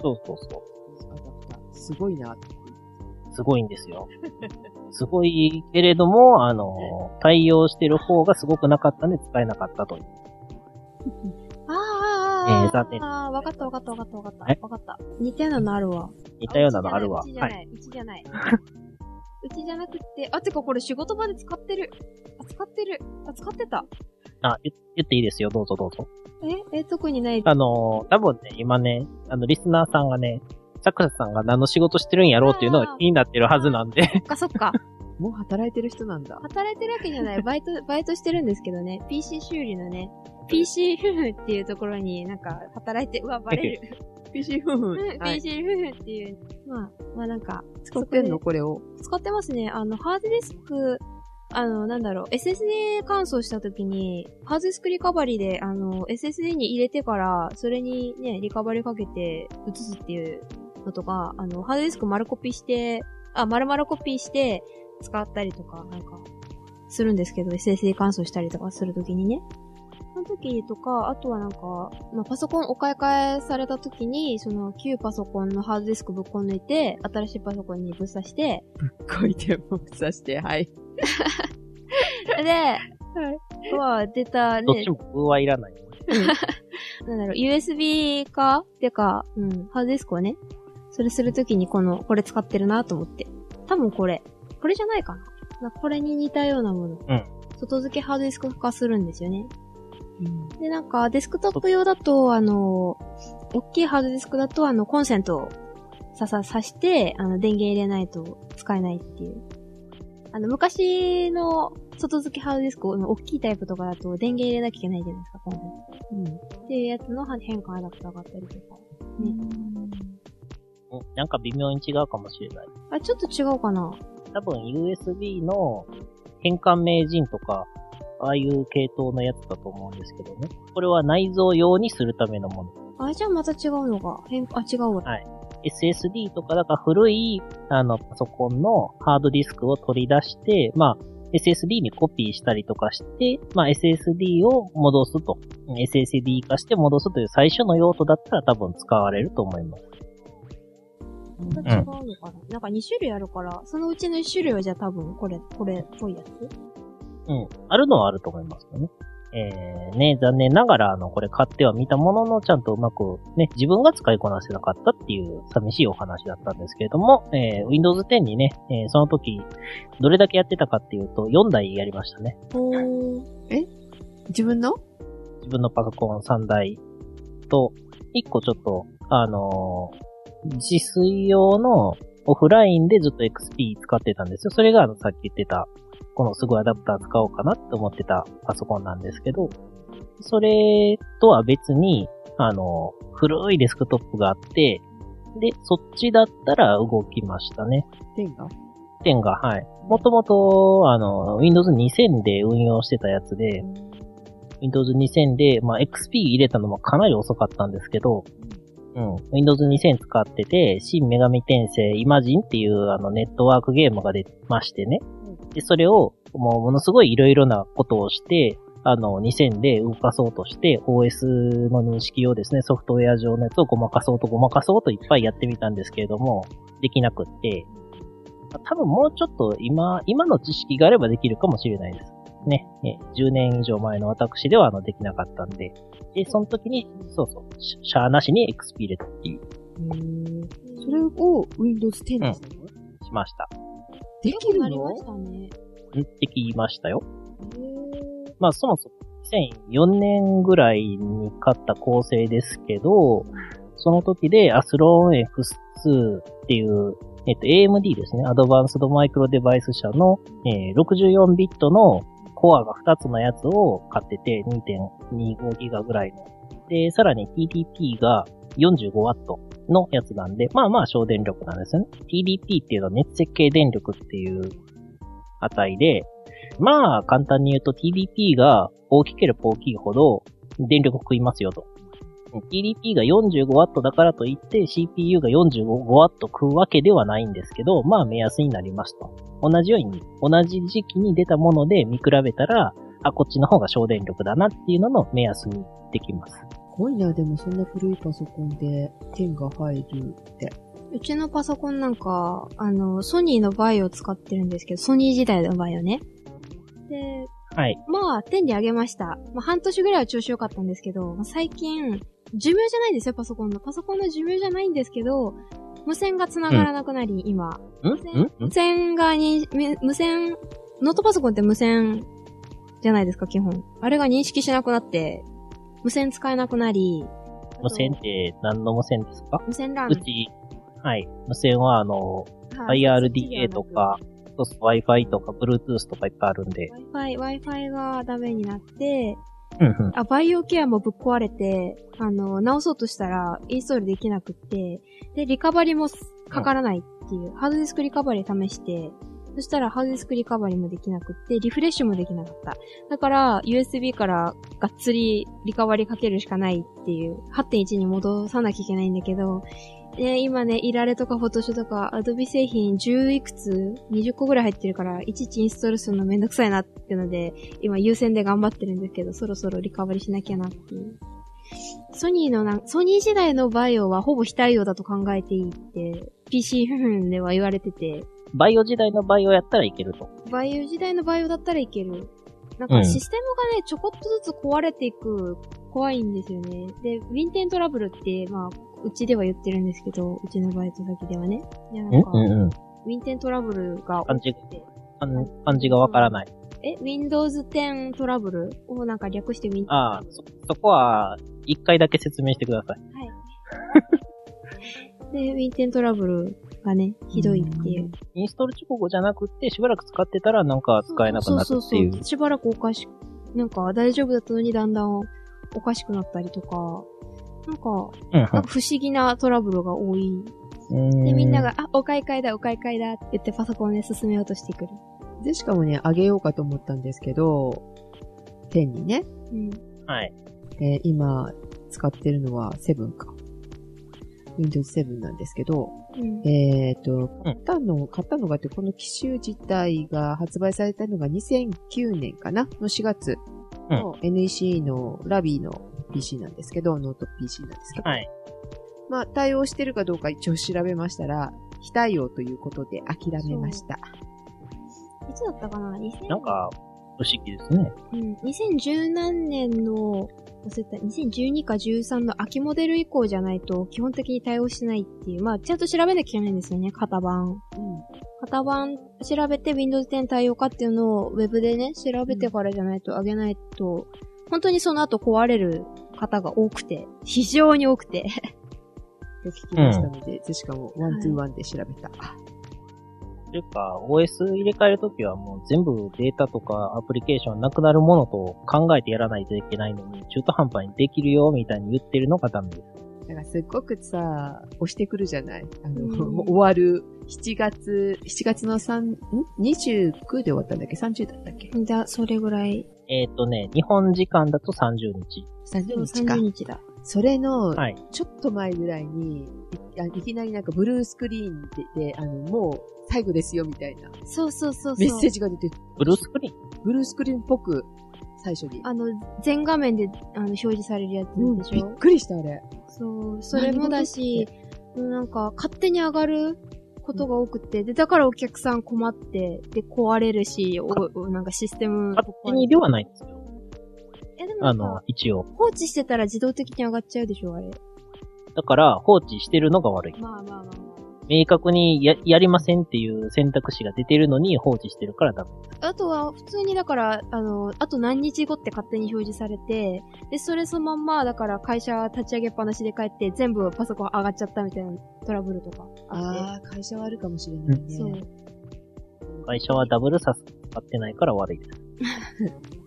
そうそうそ
アダプター。すごいな。
う。すごいんですよ。 すごいけれども、あの、対応してる方がすごくなかったんで使えなかったという。
あ
えー、
ああ
残
ー
念
あー、わかったわかったわかったわかった
え。
わかった。似たようなのあるわ。
似たようなのあるわ。
うちじゃ
は。
ないい、うちじゃない。うちじゃなくって、あ、てかこれ仕事場で使ってる。あ、使ってる。あ、使ってた。
あ、言言っていいですよ。どうぞどうぞ。
え、え、特にない。
あの、多分ね、今ね、あの、リスナーさんがね、サクラさんが何の仕事してるんやろうっていうのが気になってるはずなんで。
そっかそっか。
もう働いてる人なんだ。
働いてるわけじゃない。バイト、バイトしてるんですけどね。PC 修理のね。PC 夫婦っていうところになんか働いて、うわ、バレる。
PC 夫婦
うん
はい。
PC 夫婦っていう。まあ、まあなんか、
使ってんのこれを。
使ってますね。あの、ハードディスク、あの、なんだろう、SSD 乾燥した時に、ハードディスクリカバリーで、あの、SSD に入れてから、それにね、リカバリーかけて移すっていうのとか、あの、ハードディスク丸コピーして、あ、丸々コピーして使ったりとか、なんか、するんですけど、SSD 乾燥したりとかするときにね。その時とか、あとはなんか、まあ、パソコンお買い替えされた時に、その旧パソコンのハードディスクぶっこ抜いて、新しいパソコンにぶっ刺して、
こいてもさして、はい。
で、は出 た
どっ
ね
ち、も僕はいらない。
なんだろう、USB かてか、うん、ハードディスクをね、それするときにこの、これ使ってるなと思って。多分これ。これじゃないかな。なこれに似たようなもの。
うん
外付けハードディスク化するんですよね。で、なんか、デスクトップ用だと、あの、大きいハードディスクだと、あの、コンセントをささ、さして、あの、電源入れないと使えないっていう。あの、昔の外付けハードディスクの大きいタイプとかだと、電源入れなきゃいけないじゃないですか、コンセント。っていうやつの変換アダプターがあったりとか。
うんなんか微妙に違うかもしれない。
あ、ちょっと違うかな
多分 USB の変換名人とか、ああいう系統のやつだと思うんですけどね。これは内蔵用にするためのもの。
あ、じゃあまた違うのが。変、あ、違うわ。
SSD とか、だから古い、あの、パソコンのハードディスクを取り出して、まあ、SSD にコピーしたりとかして、まあ、SSD を戻すと。うん SSD 化して戻すという最初の用途だったら多分使われると思います。
また違うのかな、なんか2種類あるから、そのうちの1種類はじゃあ多分これ、これっぽいやつ
うん。あるのはあると思いますよね。えー、ね、残念ながら、あの、これ買っては見たものの、ちゃんとうまくね、自分が使いこなせなかったっていう寂しいお話だったんですけれども、えー、Windows 10にね、えーその時、どれだけやってたかっていうと、4台やりましたね。
ほー。
自分の
自分のパソコン3台と、1個ちょっと、あのー自炊用のオフラインでずっと XP 使ってたんですよ。それがあの、さっき言ってた、このすぐアダプター使おうかなって思ってたパソコンなんですけど、それとは別に、あのー古いデスクトップがあって、で、そっちだったら動きましたね。
点が
点が、はい。もともと、あの、Windows 2000で運用してたやつで、Windows 2000で、まあ、XP 入れたのもかなり遅かったんですけど、うん。Windows 2000使ってて、新女神転生イマジンっていうあのネットワークゲームが出ましてね。で、それを、もうものすごい色々なことをして、あの、2000で動かそうとして、OS の認識をですね、ソフトウェア上のやつをごまかそうとごまかそうといっぱいやってみたんですけれども、できなくって、多分もうちょっと今、今の知識があればできるかもしれないです。ね。え10年以上前の私ではあのできなかったんで。で、その時に、そうそう、シシャアなしに XP 入れたっていう、
それを Windows 10にするの、
しました。
できる
なりま
の
したね。
うんって言いましたよ。まあそもそも2004年ぐらいに買った構成ですけど、その時でアスローン X2 っていう、えっと AMD ですね、アドバンスドマイクロデバイス社の、えー64ビットのコアが2つのやつを買ってて2.25ギガぐらいの。で、さらに TDP が 45W のやつなんで、まあまあ省電力なんですよね。TDP っていうのは熱設計電力っていう値で、まあ、簡単に言うと TDP が大きければ大きいほど電力を食いますよと。TDP が 45W だからといって CPU が 45W 食うわけではないんですけど、まあ目安になりますと。同じように、同じ時期に出たもので見比べたら、あ、こっちの方が省電力だなっていうのの目安にできます。
すごいな、でもそんな古いパソコンで点が入る。
うちのパソコンなんか、あの、ソニーのバイを使ってるんですけど、ソニー時代のバイをね。で、
はい。
まあ、10に上げました。まあ、半年ぐらいは調子良かったんですけど、まあ最近、寿命じゃないんですよ、パソコンの。パソコンの寿命じゃないんですけど、無線が繋がらなくなり、今。
んん
無
ん
線がに、無無線、ノートパソコンって無線じゃないですか、基本。あれが認識しなくなって、無線使えなくなり、あと
無線って何の無線ですか
無線 LAN
う。ち、はい。無線はあの、
はい無線機で
IRDA
はなく
とか、そうそう Wi-Fi とか Bluetooth とかいっぱいあるんで。
Wi-Fi、Wi-Fi がダメになって、
うんうん。
あ、バイオケアもぶっ壊れて、あの、直そうとしたらインストールできなくって、で、リカバリもかからないっていう、ハードディスクリカバリ試して、そしたらハードディスクリカバリもできなくって、リフレッシュもできなかった。だから、USB からがっつりリカバリかけるしかないっていう、8.1に戻さなきゃいけないんだけど、ね、今ね、イラレとかフォトショーとか、アドビ製品10いくつ ?20 個ぐらい入ってるから、いちいちインストールするのめんどくさいなってので、今優先で頑張ってるんですけど、そろそろリカバリーしなきゃなっていう。ソニーのなん、ソニー時代のバイオはほぼ非対応だと考えていいって、PC フフンでは言われてて、
バイオ時代のバイオやったらいけると。
バイオ時代のバイオだったらいける。な
う
んか
ん
システムがね、ちょこっとずつ壊れていく、怖いんですよね。で、ウィンテントラブルって、まあ、うちでは言ってるんですけど、うちのバイト先ではね。いや、なんか、ウ
んうん。
ィンテントラブルが
感じ
起きて、
漢漢字がわからない。
え、Windows 10トラブルをなんか略して Windows
ああ、そ、そこは、一回だけ説明してください。
で、ウィンテントラブルがね、ひどいっていう。
インストール直後じゃなくて、しばらく使ってたらなんか使えなくなるってい
そうそうう。しばらくおかしく、なんか大丈夫だったのにだんだんおかしくなったりとか、なんか、
うん
なんか不思議なトラブルが多い。
うん
で、みんなが、あ、お買い替えだ、お買い替えだって言ってパソコンで進めようとしてくる。
で、しかもね、あげようかと思ったんですけど、10にね、
うん。
はい。
えー今使ってるのは7か。Windows 7なんですけど、
うん。
えっ、と、買ったの、買ったのがって、この機種自体が発売されたのが2009年かなの4月の NEC のラビーの PC なんですけど、ノート PC なんですけど、
はい。
まあ、対応してるかどうか一応調べましたら、非対応ということで諦めました。
いつだったかな ?2000
なんか、不思議ですね。
うん、2010何年の、忘れた、2012か13の秋モデル以降じゃないと基本的に対応しないっていう、まあ、ちゃんと調べなきゃいけないんですよね、型
う
番。
ん
型番調べて Windows 10対応かっていうのを Web でね、調べてからじゃないと上げないと、本当にその後壊れる方が多くて、非常に多くて。
と聞きましたので、ジェシカもワントゥーワンで調べた。
というか、OS 入れ替えるときはもう全部データとかアプリケーションなくなるものと考えてやらないといけないのに、中途半端にできるよみたいに言ってるのがダメです。
だからすっごくさ、押してくるじゃないあの、
うん
もう終わる7月、7月の3、ん ?29 で終わったんだっけ ?30 だったっけ
だ、それぐらい。
えっ、とね、日本時間だと30日。
?30 日か
30。日だ。
それの、
はい。
ちょっと前ぐらいに、いあいきなりなんかブルースクリーンで、であの、もう最後ですよみたいな
そうそうそうそう。
メッセージが出て、
ブルースクリーン
ブルースクリーンっぽく最初に。
あの、全画面であの表示されるやつ
うん
でしょ、
びっくりしたあれ。
そう、それもだし、なんか勝手に上がることが多くて、で、だからお客さん困って、で、壊れるし、お、おなんかシステム。
勝手にではないんですよ。
え、でもな
あ
ん
の
か、、
一応。
放置してたら自動的に上がっちゃうでしょ、あれ。
だから、放置してるのが悪い。
まあまあまあま
明確にや、やりませんっていう選択肢が出てるのに放置してるからダメ。
あ。あとは、普通にだから、あの、あと何日後って勝手に表示されて、で、それそのまんま、だから会社立ち上げっぱなしで帰って、全部パソコン上がっちゃったみたいなトラブルとかあっ
ああ、会社はあるかもしれない
て。
ね。
そう。
会社はダブルサス使ってないから悪いです。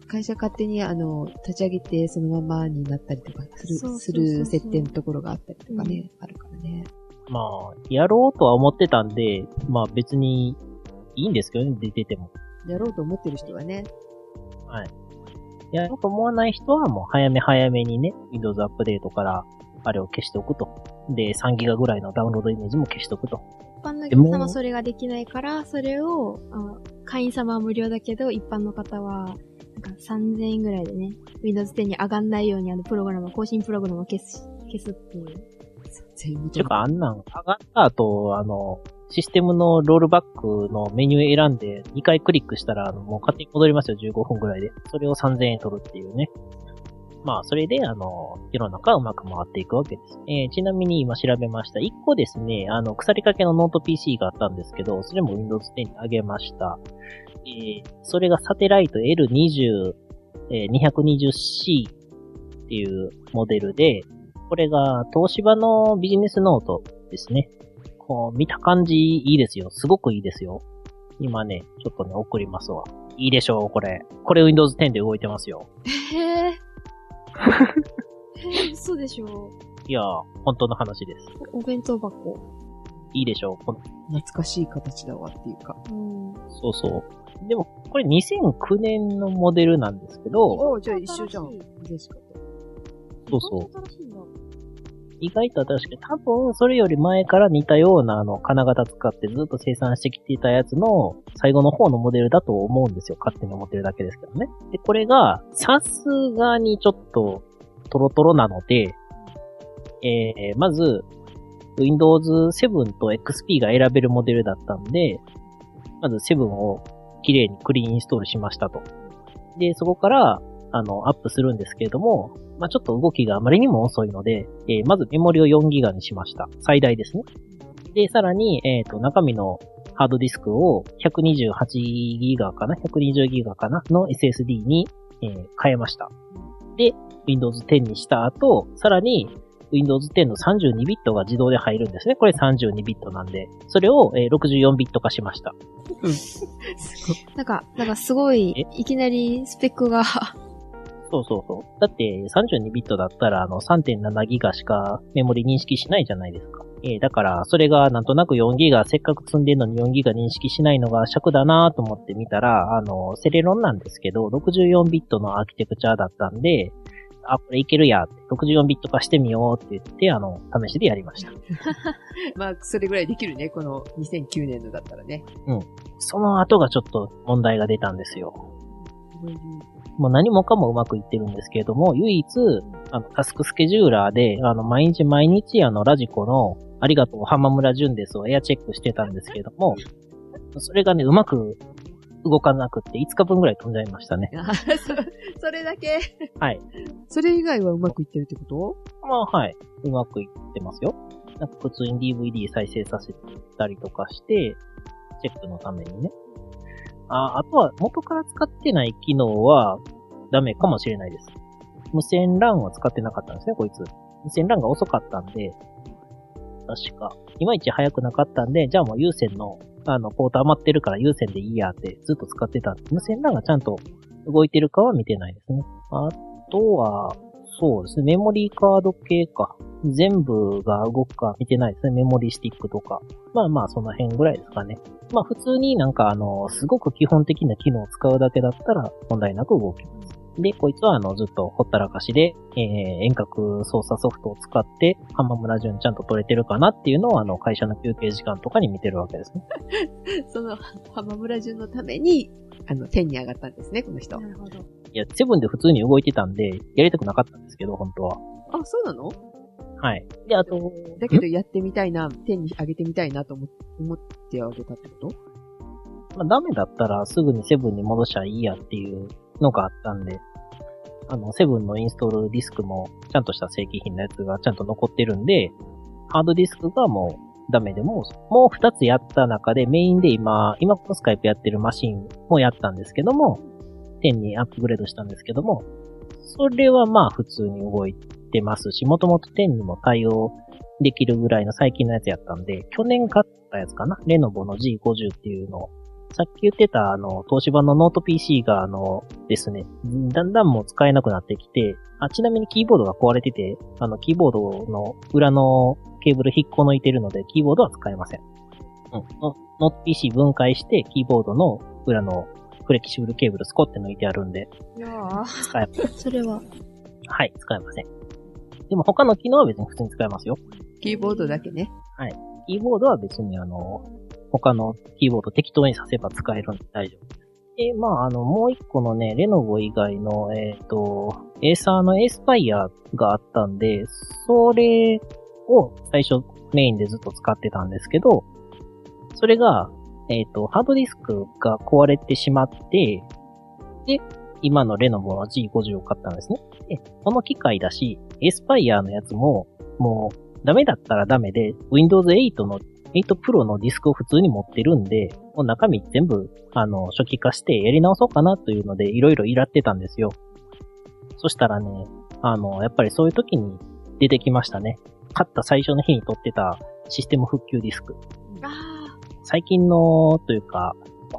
会社勝手にあの立ち上げてそのままになったりとかする
そうそうそうそう
する設定のところがあったりとかね、あるからね。
まあ、やろうとは思ってたんで、まあ別にいいんですけどね、出てても。
やろうと思ってる人はね、
やろうと思わない人はもう早め早めにね、Windows アップデートからあれを消しておくと。で、3ギガぐらいのダウンロードイメージも消しておくと。
一般のお
で
客
も
様はそれができないから、それを、あ会員様は無料だけど、一般の方は、なんか3000円ぐらいでね、Windows 10に上がんないように、あの、プログラム、更新プログラムを消す、消すっていう。
全部
ていうか、あんなん、上がった後、あの、システムのロールバックのメニュー選んで、2回クリックしたら、あのもう勝手に戻りますよ、15分ぐらいで。それを3000円取るっていうね。まあ、それで、あの、世の中はうまく回っていくわけです。えーちなみに今調べました。1個ですね、あの、腐りかけのノート PC があったんですけど、それも Windows 10に上げました。えーそれがサテライト L20、えー 220C っていうモデルで、これが東芝のビジネスノートですね。こう、見た感じいいですよ。すごくいいですよ。今ね、ちょっとね、送りますわ。いいでしょう、これ。これ Windows 10で動いてますよ。
へぇへぇ嘘でしょ。
いやー、本当の話です。
お弁当箱。
いいでしょう。こん
懐かしい形だわっていうか。
うん。
そうそう。でも、これ2009年のモデルなんですけど、
おじゃあ一緒じゃん
新し。。
ジェシカと。
そうそう
新しいんだ。
2009意外と新しくて、多分それより前から似たようなあの金型使ってずっと生産してきていたやつの最後の方のモデルだと思うんですよ。勝手に思ってるだけですけどね。で、これがさすがにちょっとトロトロなので、えー、まず Windows 7と XP が選べるモデルだったんで、まず7を綺麗にクリーンインストールしましたと。で、そこから、あの、アップするんですけれども、まあ、ちょっと動きがあまりにも遅いので、えーまずメモリを 4GB にしました。最大ですね。で、さらに、えっ、と、中身のハードディスクを 128GB かな ?120GB かなの SSD に、えー変えました。で、Windows 10にした後、さらに、Windows 10の 32bit が自動で入るんですね。これ 32bit なんで。それをえー 64bit 化しました。
なんか、なんかすごい、いきなりスペックが、
そうそうそう。だって32ビットだったらあの3.7ギガしかメモリ認識しないじゃないですか。えーだからそれがなんとなく4ギガせっかく積んでるのに4ギガ認識しないのが尺だなと思ってみたら、あの、セレロンなんですけど、64ビットのアーキテクチャだったんで、あ、これいけるやって、64ビット化してみようって言って、あの、試しでやりました。
まあ、それぐらいできるね、この2009年のだったらね。
その後がちょっと問題が出たんですよ。もう何もかもうまくいってるんですけれども、唯一、あの、タスクスケジューラーで、あの、毎日毎日、あの、ラジコの、ありがとう、浜村淳ですをエアチェックしてたんですけれども、それがね、うまく動かなくって、5日分ぐらい飛んじゃいましたね。
あそ それだけ。
はい。
それ以外はうまくいってるってこと
まあ、はい。うまくいってますよ。なんか普通に DVD 再生させたりとかして、チェックのためにね。あ、あとは元から使ってない機能はダメかもしれないです。無線 LAN を使ってなかったんですね、こいつ。無線 LAN が遅かったんで、確か。いまいち早くなかったんで、じゃあもう有線の、あの、ポート余ってるから有線でいいやってずっと使ってたんで、無線 LAN がちゃんと動いてるかは見てないですね。あとは、そうですね、メモリーカード系か。全部が動くか見てないですね。メモリースティックとか。まあまあ、その辺ぐらいですかね。まあ普通になんかあの、すごく基本的な機能を使うだけだったら問題なく動きます。で、こいつはあの、ずっとほったらかしで、えー、遠隔操作ソフトを使って、浜村淳ちゃんと取れてるかなっていうのをあの、会社の休憩時間とかに見てるわけですね。
その、浜村淳のために、あの、天に上がったんですね、この人。
るほど。
いや、セブンで普通に動いてたんで、やりたくなかったんですけど、本当は。
あ、そうなの
はい。で、あと、
だけどやってみたいな、天に上げてみたいなと思思ってあげたってこと
まあ、ダメだったらすぐにセブンに戻しゃいいやっていうのがあったんで、あの、セブンのインストールディスクもちゃんとした正規品のやつがちゃんと残ってるんで、ハードディスクがもうダメでも、もう二つやった中でメインで今、今このスカイプやってるマシンもやったんですけども、10にアップグレードしたんですけども、それはまあ普通に動いてますし、もともと10にも対応できるぐらいの最近のやつやったんで、去年買ったやつかなレノボの G50 っていうのをさっき言ってた、あの、東芝のノート PC が、あの、ですね、だんだんもう使えなくなってきて、あ、ちなみにキーボードが壊れてて、あの、キーボードの裏のケーブル引っこ抜いてるので、キーボードは使えません。うん。ノノート PC 分解して、キーボードの裏のフレキシブルケーブルスコって抜いてあるんで、
いやあ
使え、
それは、
はい、使えません。でも他の機能は別に普通に使えますよ。
キーボードだけね。
キーボードは別にあの、他のキーボード適当にさせば使えるんで大丈夫です。で、まあ、あの、もう一個のね、レノボ以外の、えっ、と、エーサーのエスパイアがあったんで、それを最初メインでずっと使ってたんですけど、それが、えっ、と、ハードディスクが壊れてしまって、で、今のレノボの G50 を買ったんですね。で、この機械だし、エスパイアのやつも、もう、ダメだったらダメで、Windows 8の8 Pro のディスクを普通に持ってるんで、もう中身全部、あの、初期化してやり直そうかなというので、いろいろいらってたんですよ。そしたらね、あの、やっぱりそういう時に出てきましたね。買った最初の日に取ってたシステム復旧ディスク。
あ
最近の、というか、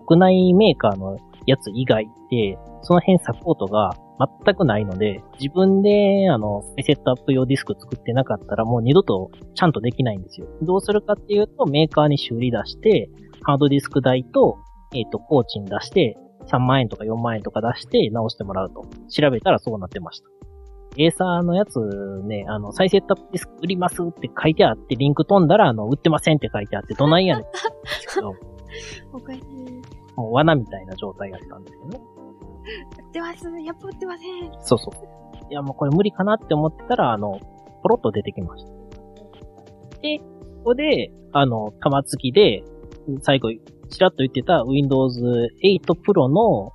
国内メーカーのやつ以外って、その辺サポートが全くないので、自分で、あの、セットアップ用ディスク作ってなかったらもう二度とちゃんとできないんですよ。どうするかっていうと、メーカーに修理出して、ハードディスク代と、えっ、と、コーチに出して、3万円とか4万円とか出して直してもらうと。調べたらそうなってました。エーサーのやつね、あの、再セットアップディスク売りますって書いてあって、リンク飛んだら、あの、売ってませんって書いてあって、どないやねんって言うんですけど、
おかしい。
もう罠みたいな状態だったんですよね。
売ってます。やっぱ売ってません。
そうそう。いや、もうこれ無理かなって思ってたら、あの、ポロッと出てきました。で、ここで、あの、玉突きで、最後、ちらっと言ってた Windows 8 Pro の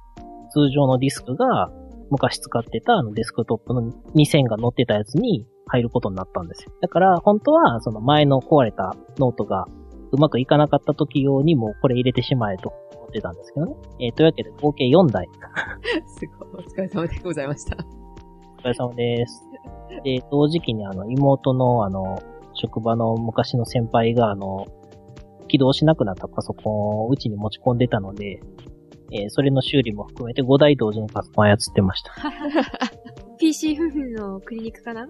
通常のディスクが、昔使ってたあのデスクトップの2000が載ってたやつに入ることになったんですよ。だから、本当は、その前の壊れたノートがうまくいかなかった時用にもうこれ入れてしまえと思ってたんですけどね。えーというわけで合計4台
すごい。お疲れ様でございました。
お疲れ様です。で、同時期にあの、妹のあの、職場の昔の先輩があの、起動しなくなったパソコンをうちに持ち込んでたので、えーそれの修理も含めて5台同時にパソコン操ってました。
PC 夫婦のクリニックかな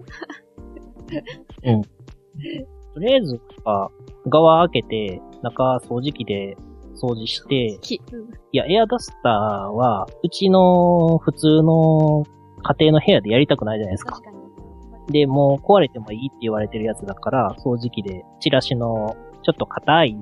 とりあえず、あ側開けて、中掃除機で掃除して、
き、うん。
いや、エアダスターは、うちの普通の家庭の部屋でやりたくないじゃないですか
確。かに。
で、もう壊れてもいいって言われてるやつだから、掃除機で、チラシの、ちょっと硬い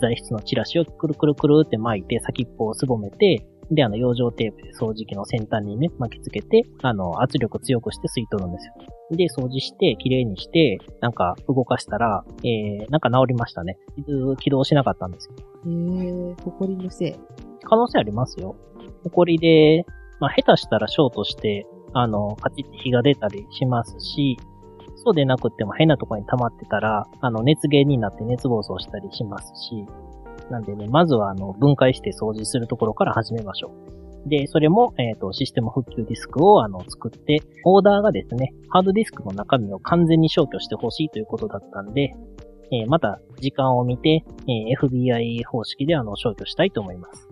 材質のチラシをくるくるくるって巻いて、先っぽをすぼめて、で、あの、養生テープで掃除機の先端にね、巻きつけて、あの、圧力強くして吸い取るんですよ。で、掃除して、綺麗にして、なんか動かしたら、えー、なんか治りましたね。起動しなかったんですよ
えー、誇りのせい。
可能性ありますよ。埃で、まあ、下手したらショートして、あの、カチッて火が出たりしますし、そうでなくっても変なとこに溜まってたら、あの、熱源になって熱暴走したりしますし、なんでね、まずはあの、分解して掃除するところから始めましょう。で、それも、えっ、と、システム復旧ディスクをあの、作って、オーダーがですね、ハードディスクの中身を完全に消去してほしいということだったんで、えーまた、時間を見て、えー FBI 方式であの、消去したいと思います。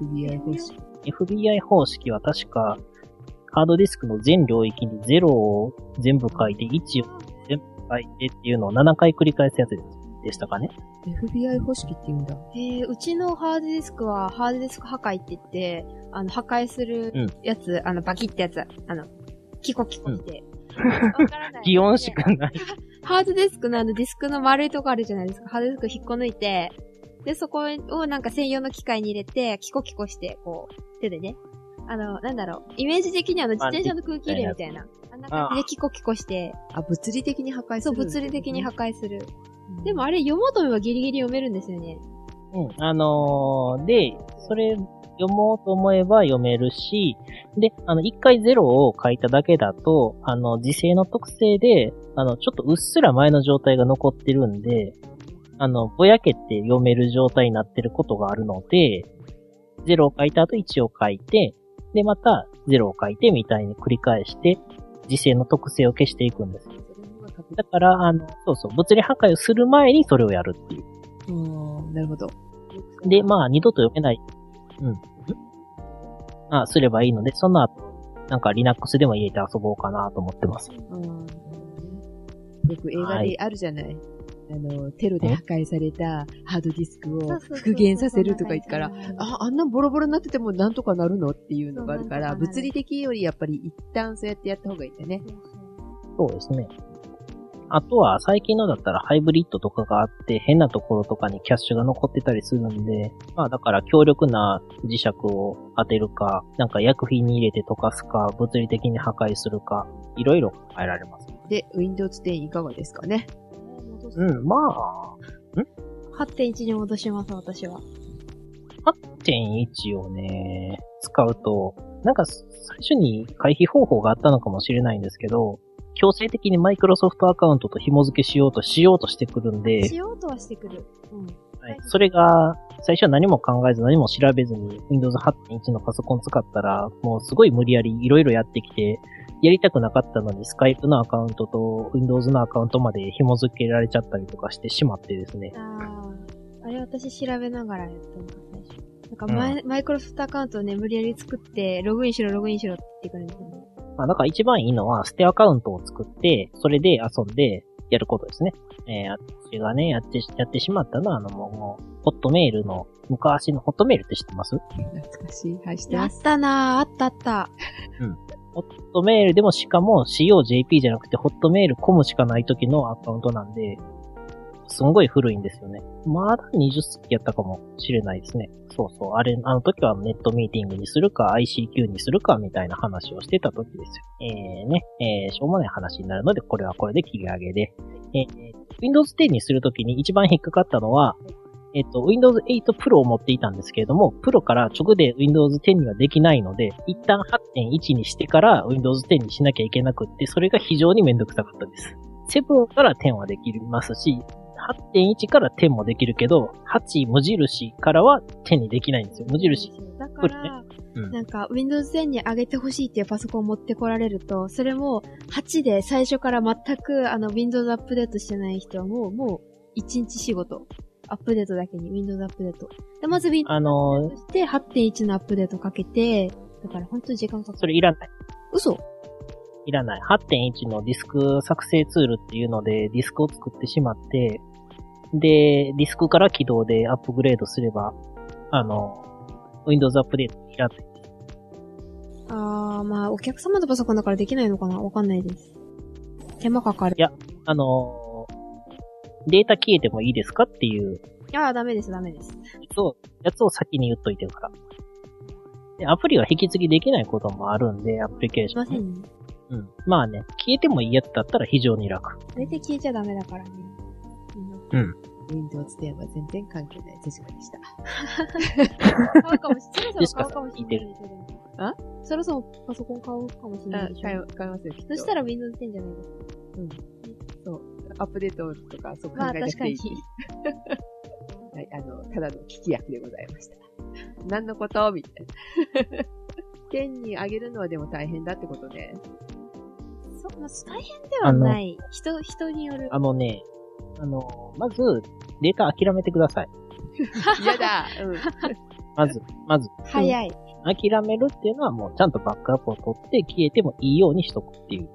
FBI 方式。
FBI 方式は確か、ハードディスクの全領域に0を全部書いて、1を全部書いてっていうのを7回繰り返すやつでしたかね。
FBI 方式って言うんだ。
えー、うちのハードディスクは、ハードディスク破壊って言って、あの、破壊する
うん
やつ、あの、バキってやつ、あの、キコキコして。わからない
擬音しかない。
ハードディスクのあのディスクの丸いとこあるじゃないですか。ハードディスク引っこ抜いて、で、そこをなんか専用の機械に入れて、キコキコして、こう、手でね。あの、なんだろう。イメージ的にあの、自転車の空気入れみたいな。あんな感じでキコキコして、
あ、物理的に破壊する。
そう、物理的に破
壊。
壊する。でもあれ読もうと思えばギリギリ読めるんですよね。
うん。あのーで、それ読もうと思えば読めるし、で、あの、一回0を書いただけだと、あの、時勢の特性で、あの、ちょっとうっすら前の状態が残ってるんで、あの、ぼやけて読める状態になってることがあるので、0を書いた後1を書いて、で、また0を書いてみたいに繰り返して、時勢の特性を消していくんです。だから、あの、そうそう、物理破壊をする前にそれをやるっていう。
うん、なるほど。
で、まあ、二度と読めない。うん。まあ、すればいいので、その後、なんか Linux でも入れて遊ぼうかなと思ってます。
うんよく映画であるじゃない。あの、テロで
え
破壊されたハードディスク
そ
を
うそうそう
復元させるとか言ったら、、
あ
あ、あんなボロボロになっててもなんとかなるのっていうのがあるから、
そうなんとかなる
物理的よりやっぱり一旦そうやってやった方がいいんだね。
そうですね。あとは、最近のだったらハイブリッドとかがあって、変なところとかにキャッシュが残ってたりするんで、まあだから強力な磁石を当てるか、なんか薬品に入れて溶かすか、物理的に破壊するか、いろいろ考えられます。
で、Windows 10いかがですかね。
うん、まあ、
8.1に戻します、私は。
1.1をね、使うと、なんか最初に回避方法があったのかもしれないんですけど、強制的にマイクロソフトアカウントと紐付けしようとしようとしてくるんで、
しようとはしてくる。うん。
はいそれが、最初は何も考えず何も調べずに Windows 8.1のパソコン使ったら、もうすごい無理やりいろいろやってきて、やりたくなかったのに Skype のアカウントと Windows のアカウントまで紐付けられちゃったりとかしてしまってですね。
ああ、あれ私調べながらやったのか、最初。なんかマイ、マイクロソフトアカウントをね、無理やり作って、ログインしろ、ログインしろって言ってくれるんですよね。
まあ、だから一番いいのは、ステアカウントを作って、それで遊んでやることですね。えー、私がね、やって、やってしまったのは、あの、もう、ホットメールの、昔のホットメールって知ってます
懐かしい。はい、して
あ
ま
っ
す。
たなぁ、あったあった。
ホットメールでもしかも COJP じゃなくてホットメールコムしかない時のアカウントなんで、すんごい古いんですよね。まだ20世紀やったかもしれないですね。そうそう。あれ、あの時はネットミーティングにするか ICQ にするかみたいな話をしてた時ですよ。えー、ね、えー、しょうもない話になるので、これはこれで切り上げで。えー、Windows 10にするときに一番引っかかったのは、えっと、Windows 8 Pro を持っていたんですけれども、Pro から直で Windows 10にはできないので、一旦8.1にしてから Windows 10にしなきゃいけなくって、それが非常にめんどくさかったです。7から10はできますし、8.1から10もできるけど、8無印からは10にできないんですよ。無印。
だか
これね
ら、
うん
なんか Windows 10に上げてほしいっていうパソコンを持ってこられると、それも8で最初から全くあの Windows アップデートしてない人はもう、もう1日仕事。アップデートだけに Windows アップデート。で、まず Windows
あの
そして8.1のアップデートかけて、だから本当に時間かか
そ
る。
れいらない。
嘘
いらない。8.1のディスク作成ツールっていうので、ディスクを作ってしまって、で、ディスクから起動でアップグレードすれば、あの、Windows アップデートいらない。
あー、まあお客様のパソコンだからできないのかなわかんないです。手間かかる
い。やあの、データ消えてもいいですかっていう
あー、ダメです、ダメです。
やつを、やつを先に言っといてるから。でアプリは引き継ぎできないこともあるんで、アプリケー
すい
ショ
ま
ン
せ
ね、
んね。
うん。まあね、消えてもいいやつだったら非常に楽。
それで消えちゃダメだからね。うん
Windows 10は全然関係ない手品でした。
買うかもし、そろそろ買うかもしれないけど。
あ
そろそろパソコン買うかもしれないでしょ。
買いますよ、きっ
そ
と
したら Windows 10じゃないですか。
アップデートとか、そう考
まあ
えなく
確か
てい
に
い。。はい、あの、ただの聞き役でございました。何のことみたいな。 天にあげるのはでも大変だってことね。
そう、まあ大変ではない。人、人による。
あのね、あの、まず、データ諦めてください。
嫌だ。うん。
まず、まず、
早い。
諦めるっていうのはもうちゃんとバックアップを取って消えてもいいようにしとくっていう。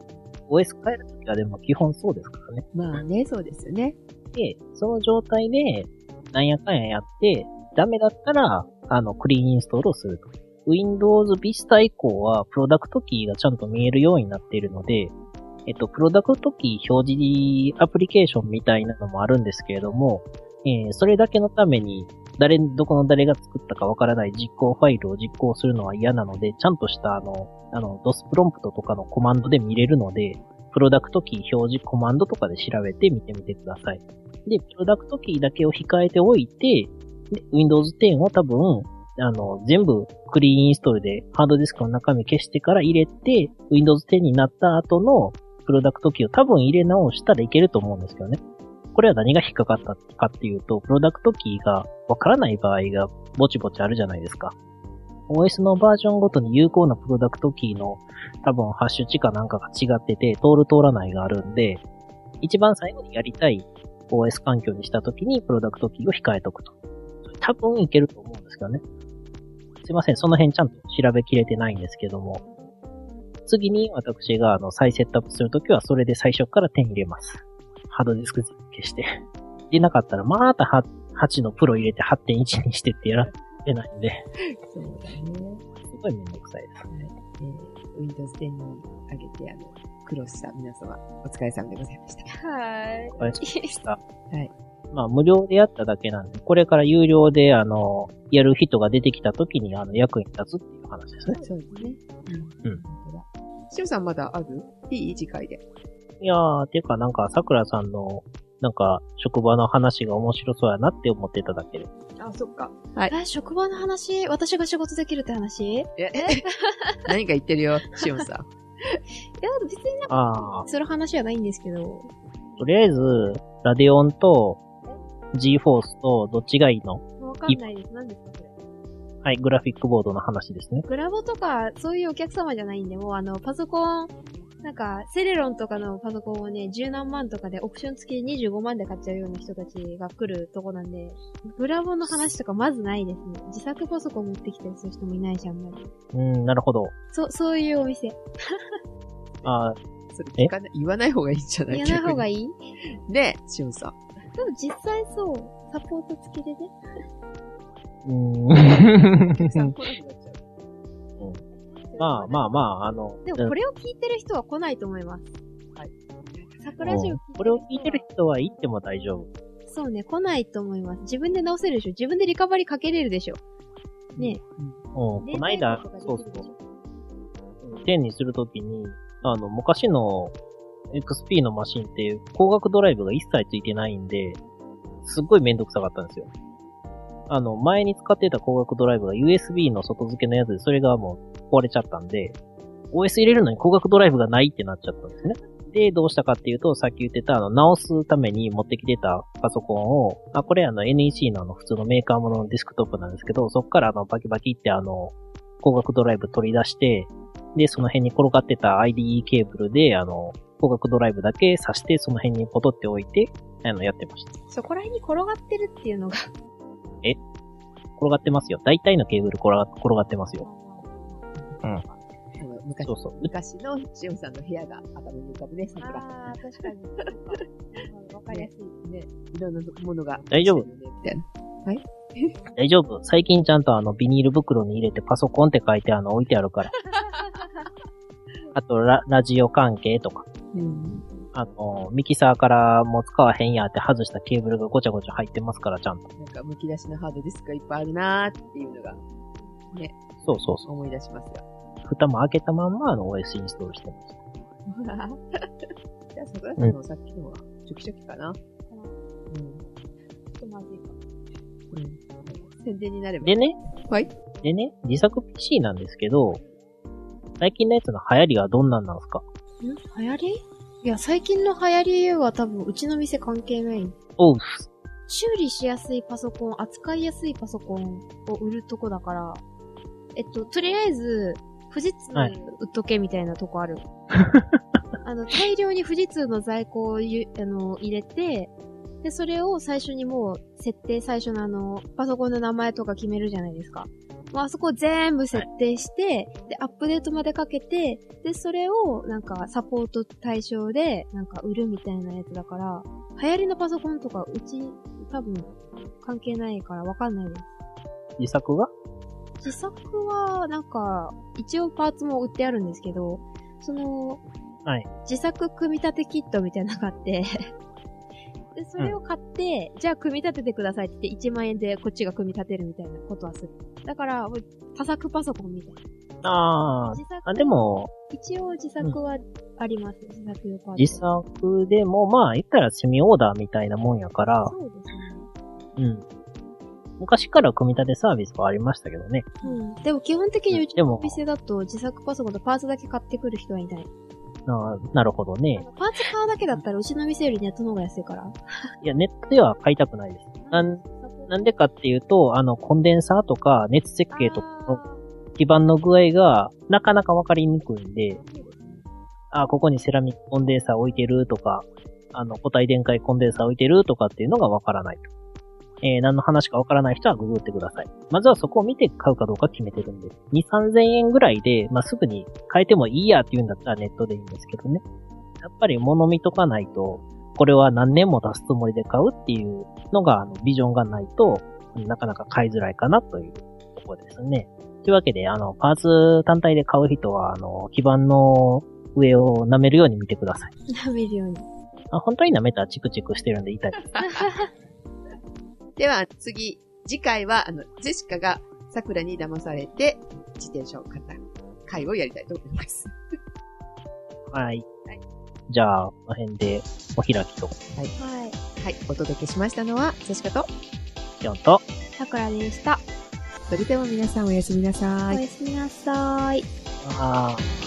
OS 変えるときはでも基本そうですからね。
まあね、そうですよね。
で、その状態で、なんやかんややって、ダメだったら、あの、クリーンインストールをすると。Windows Vista 以降は、プロダクトキーがちゃんと見えるようになっているので、えっと、プロダクトキー表示アプリケーションみたいなのもあるんですけれども、えーそれだけのために、誰、どこの誰が作ったかわからない実行ファイルを実行するのは嫌なので、ちゃんとしたあの、あの、DOS プロンプトとかのコマンドで見れるので、プロダクトキー表示コマンドとかで調べて見てみてください。で、プロダクトキーだけを控えておいて、で Windows 10を多分、あの、全部クリーンインストールでハードディスクの中身消してから入れて、Windows 10になった後のプロダクトキーを多分入れ直したらいけると思うんですけどね。これは何が引っかかったかっていうと、プロダクトキーがわからない場合がぼちぼちあるじゃないですか。OS のバージョンごとに有効なプロダクトキーの多分ハッシュ値かなんかが違ってて、通る通らないがあるんで、一番最後にやりたい OS 環境にしたときにプロダクトキーを控えとくと。多分いけると思うんですけどね。すいません、その辺ちゃんと調べきれてないんですけども。次に私があの再セットアップするときはそれで最初から手に入れます。ハードディスク消して。でなかったらまたは8のプロ入れて8.1にしてってやられないんで、
そうだね。
すごいめんどくさいです。
えー Windows 10にあげて、あの、苦労した皆様、お疲れ様でございました。
は
これ
ーい。
はい。
まあ、無料でやっただけなんで、これから有料で、あの、やる人が出てきた時に、あの、役に立つっていう話ですね。
そうですね。
う
うんん。本当だ。しおさんまだあるいい次回で。
いやー、てかなんか、桜さんの、なんか、職場の話が面白そうやなって思っていただける。
あ、そっか。
え、職場の話私が仕事できるって話いや、
え、何か言ってるよ、しおんさん。
別になん
あ
か、する話はないんですけど。
ー、とりあえず、ラデオンと、G-Force と、どっちがいいの
わかんないです。何ですか、それ。
はい、グラフィックボードの話ですね。
グラボとか、そういうお客様じゃないんで、もうあの、パソコン、なんか、セレロンとかのパソコンをね、十何万とかで、オプション付きで25万で買っちゃうような人たちが来るとこなんで、グラボの話とかまずないですね。自作パソコン持ってきたりする人もいないじゃん、あんまり。
うーん、なるほど。
そ、そういうお店。
あ
それ聞かない、言わない方がいいんじゃない
言わない方が
い
いい
い。ねえ、しおんさん。
でも実際そう、サポート付きでね。
ー、うーん。
来なくなっちゃう。
まあまあまあ、あの、
でもこれを聞いてる人は来ないと思います。
はい。
桜ジオ聞いて
うん
る人は
これを聞いてる人は行っても大丈夫。
そうね、来ないと思います。自分で直せるでしょ自分でリカバリーかけれるでしょね。
うん、こないだ、そうそうう、10にするときに、あの、昔の XP のマシンって光学ドライブが一切ついてないんで、すっごいめんどくさかったんですよ。あの、前に使ってた光学ドライブが USB の外付けのやつで、それがもう壊れちゃったんで、OS 入れるのに光学ドライブがないってなっちゃったんですね。で、どうしたかっていうと、さっき言ってた、あの、直すために持ってきてたパソコンを、あ、これあの NEC のあの、普通のメーカーもののデスクトップなんですけど、そっからあの、バキバキってあの、光学ドライブ取り出して、で、その辺に転がってた IDE ケーブルで、あの、光学ドライブだけ挿して、その辺にポトって置いて、あの、やってました。
そこら辺に転がってるっていうのが。
転がってますよ。大体のケーブル転が転がってますよ。
昔
そうそう。
昔のしおんさんの部屋が頭に浮かぶね、桜。
ああ、確かに。わかりやすい。
ね、いろんなものが。
大丈夫
みたいな。
大丈夫。最近ちゃんとあの、ビニール袋に入れてパソコンって書いてあの、置いてあるから。あとラ、ラジオ関係とか。
うん。
あの、ミキサーからもう使わへんやって外したケーブルがごちゃごちゃ入ってますから、ちゃんと。
なんか、剥き出しのハードディスクがいっぱいあるなーっていうのが
そうそうそ
思い出しますよ。
う。蓋も開けたまんま、あの、OS インストールしてます。
じゃあ、桜さんのさっきのは、チョキチョキかな。うん。
ちょっとまずいか。
うん。宣伝になれば。
でね。
はい。
でね、自作 PC なんですけど、最近のやつの流行りはどんなんなんですか
ん流行りいや、最近の流行りは多分、うちの店関係ない。
おう、
修理しやすいパソコン、扱いやすいパソコンを売るとこだから、えっと、とりあえず、富士通
はい
売っとけみたいなとこあ る。あの、大量に富士通の在庫をゆあの入れて、で、それを最初にもう、設定最初のあの、パソコンの名前とか決めるじゃないですか。もうあそこ全部設定して、で、アップデートまでかけて、で、それを、なんか、サポート対象で、なんか、売るみたいなやつだから、流行りのパソコンとか、うち、多分、関係ないからわかんないで
自作が
す。自作は、なんか、一応パーツも売ってあるんですけど、その、
はい
自作組み立てキットみたいなのがあって、で、それを買って、じゃあ組み立ててくださいって言って1万円でこっちが組み立てるみたいなことはする。だから、もう多作パソコンみたいな。
あー
自作
あ、でも、
一応自作はあります。自作用パーツ。
自作でも、まあ、言ったらセミオーダーみたいなもんやから、
そうです
う
ね。
ん。昔から組み立てサービスはありましたけどね。
うん。でも基本的にうち
で
の
も
お店だと自作パソコンとパーツだけ買ってくる人はいない。
ななるほど
あ
ね。
のパーツ買うだけだったらうちの店よりネットの方が安いから。
いや、ネットでは買いたくないです。なんなんでかっていうと、あの、コンデンサーとか、熱設計とかの基板の具合が、なかなかわかりにくいんで、あ、ここにセラミックコンデンサー置いてるとか、あの、固体電解コンデンサー置いてるとかっていうのがわからないと。えー何の話かわからない人はググってください。まずはそこを見て買うかどうか決めてるんで。2、3000円ぐらいで、まあ、すぐに変えてもいいやっていうんだったらネットでいいんですけどね。やっぱり物見とかないと、これは何年も出すつもりで買うっていうのが、あの、ビジョンがないと、なかなか買いづらいかなというところですね。というわけで、あの、パーツ単体で買う人は、あの、基板の上を舐めるように見てください。
舐めるよ うに。
あ本当に舐めたらチクチクしてるんで痛い。
では、次。次回は、あの、ジェシカが桜に騙されて、自転車を買った回をやりたいと思います。
はい
はい。
じゃあ、この辺でお開きと、
はい。
はい。お届けしましたのは、ジェシカと、
ぴょんと、
桜でした。
それでは皆さんおやすみなさ
お
い。
やすみなさーい。
あー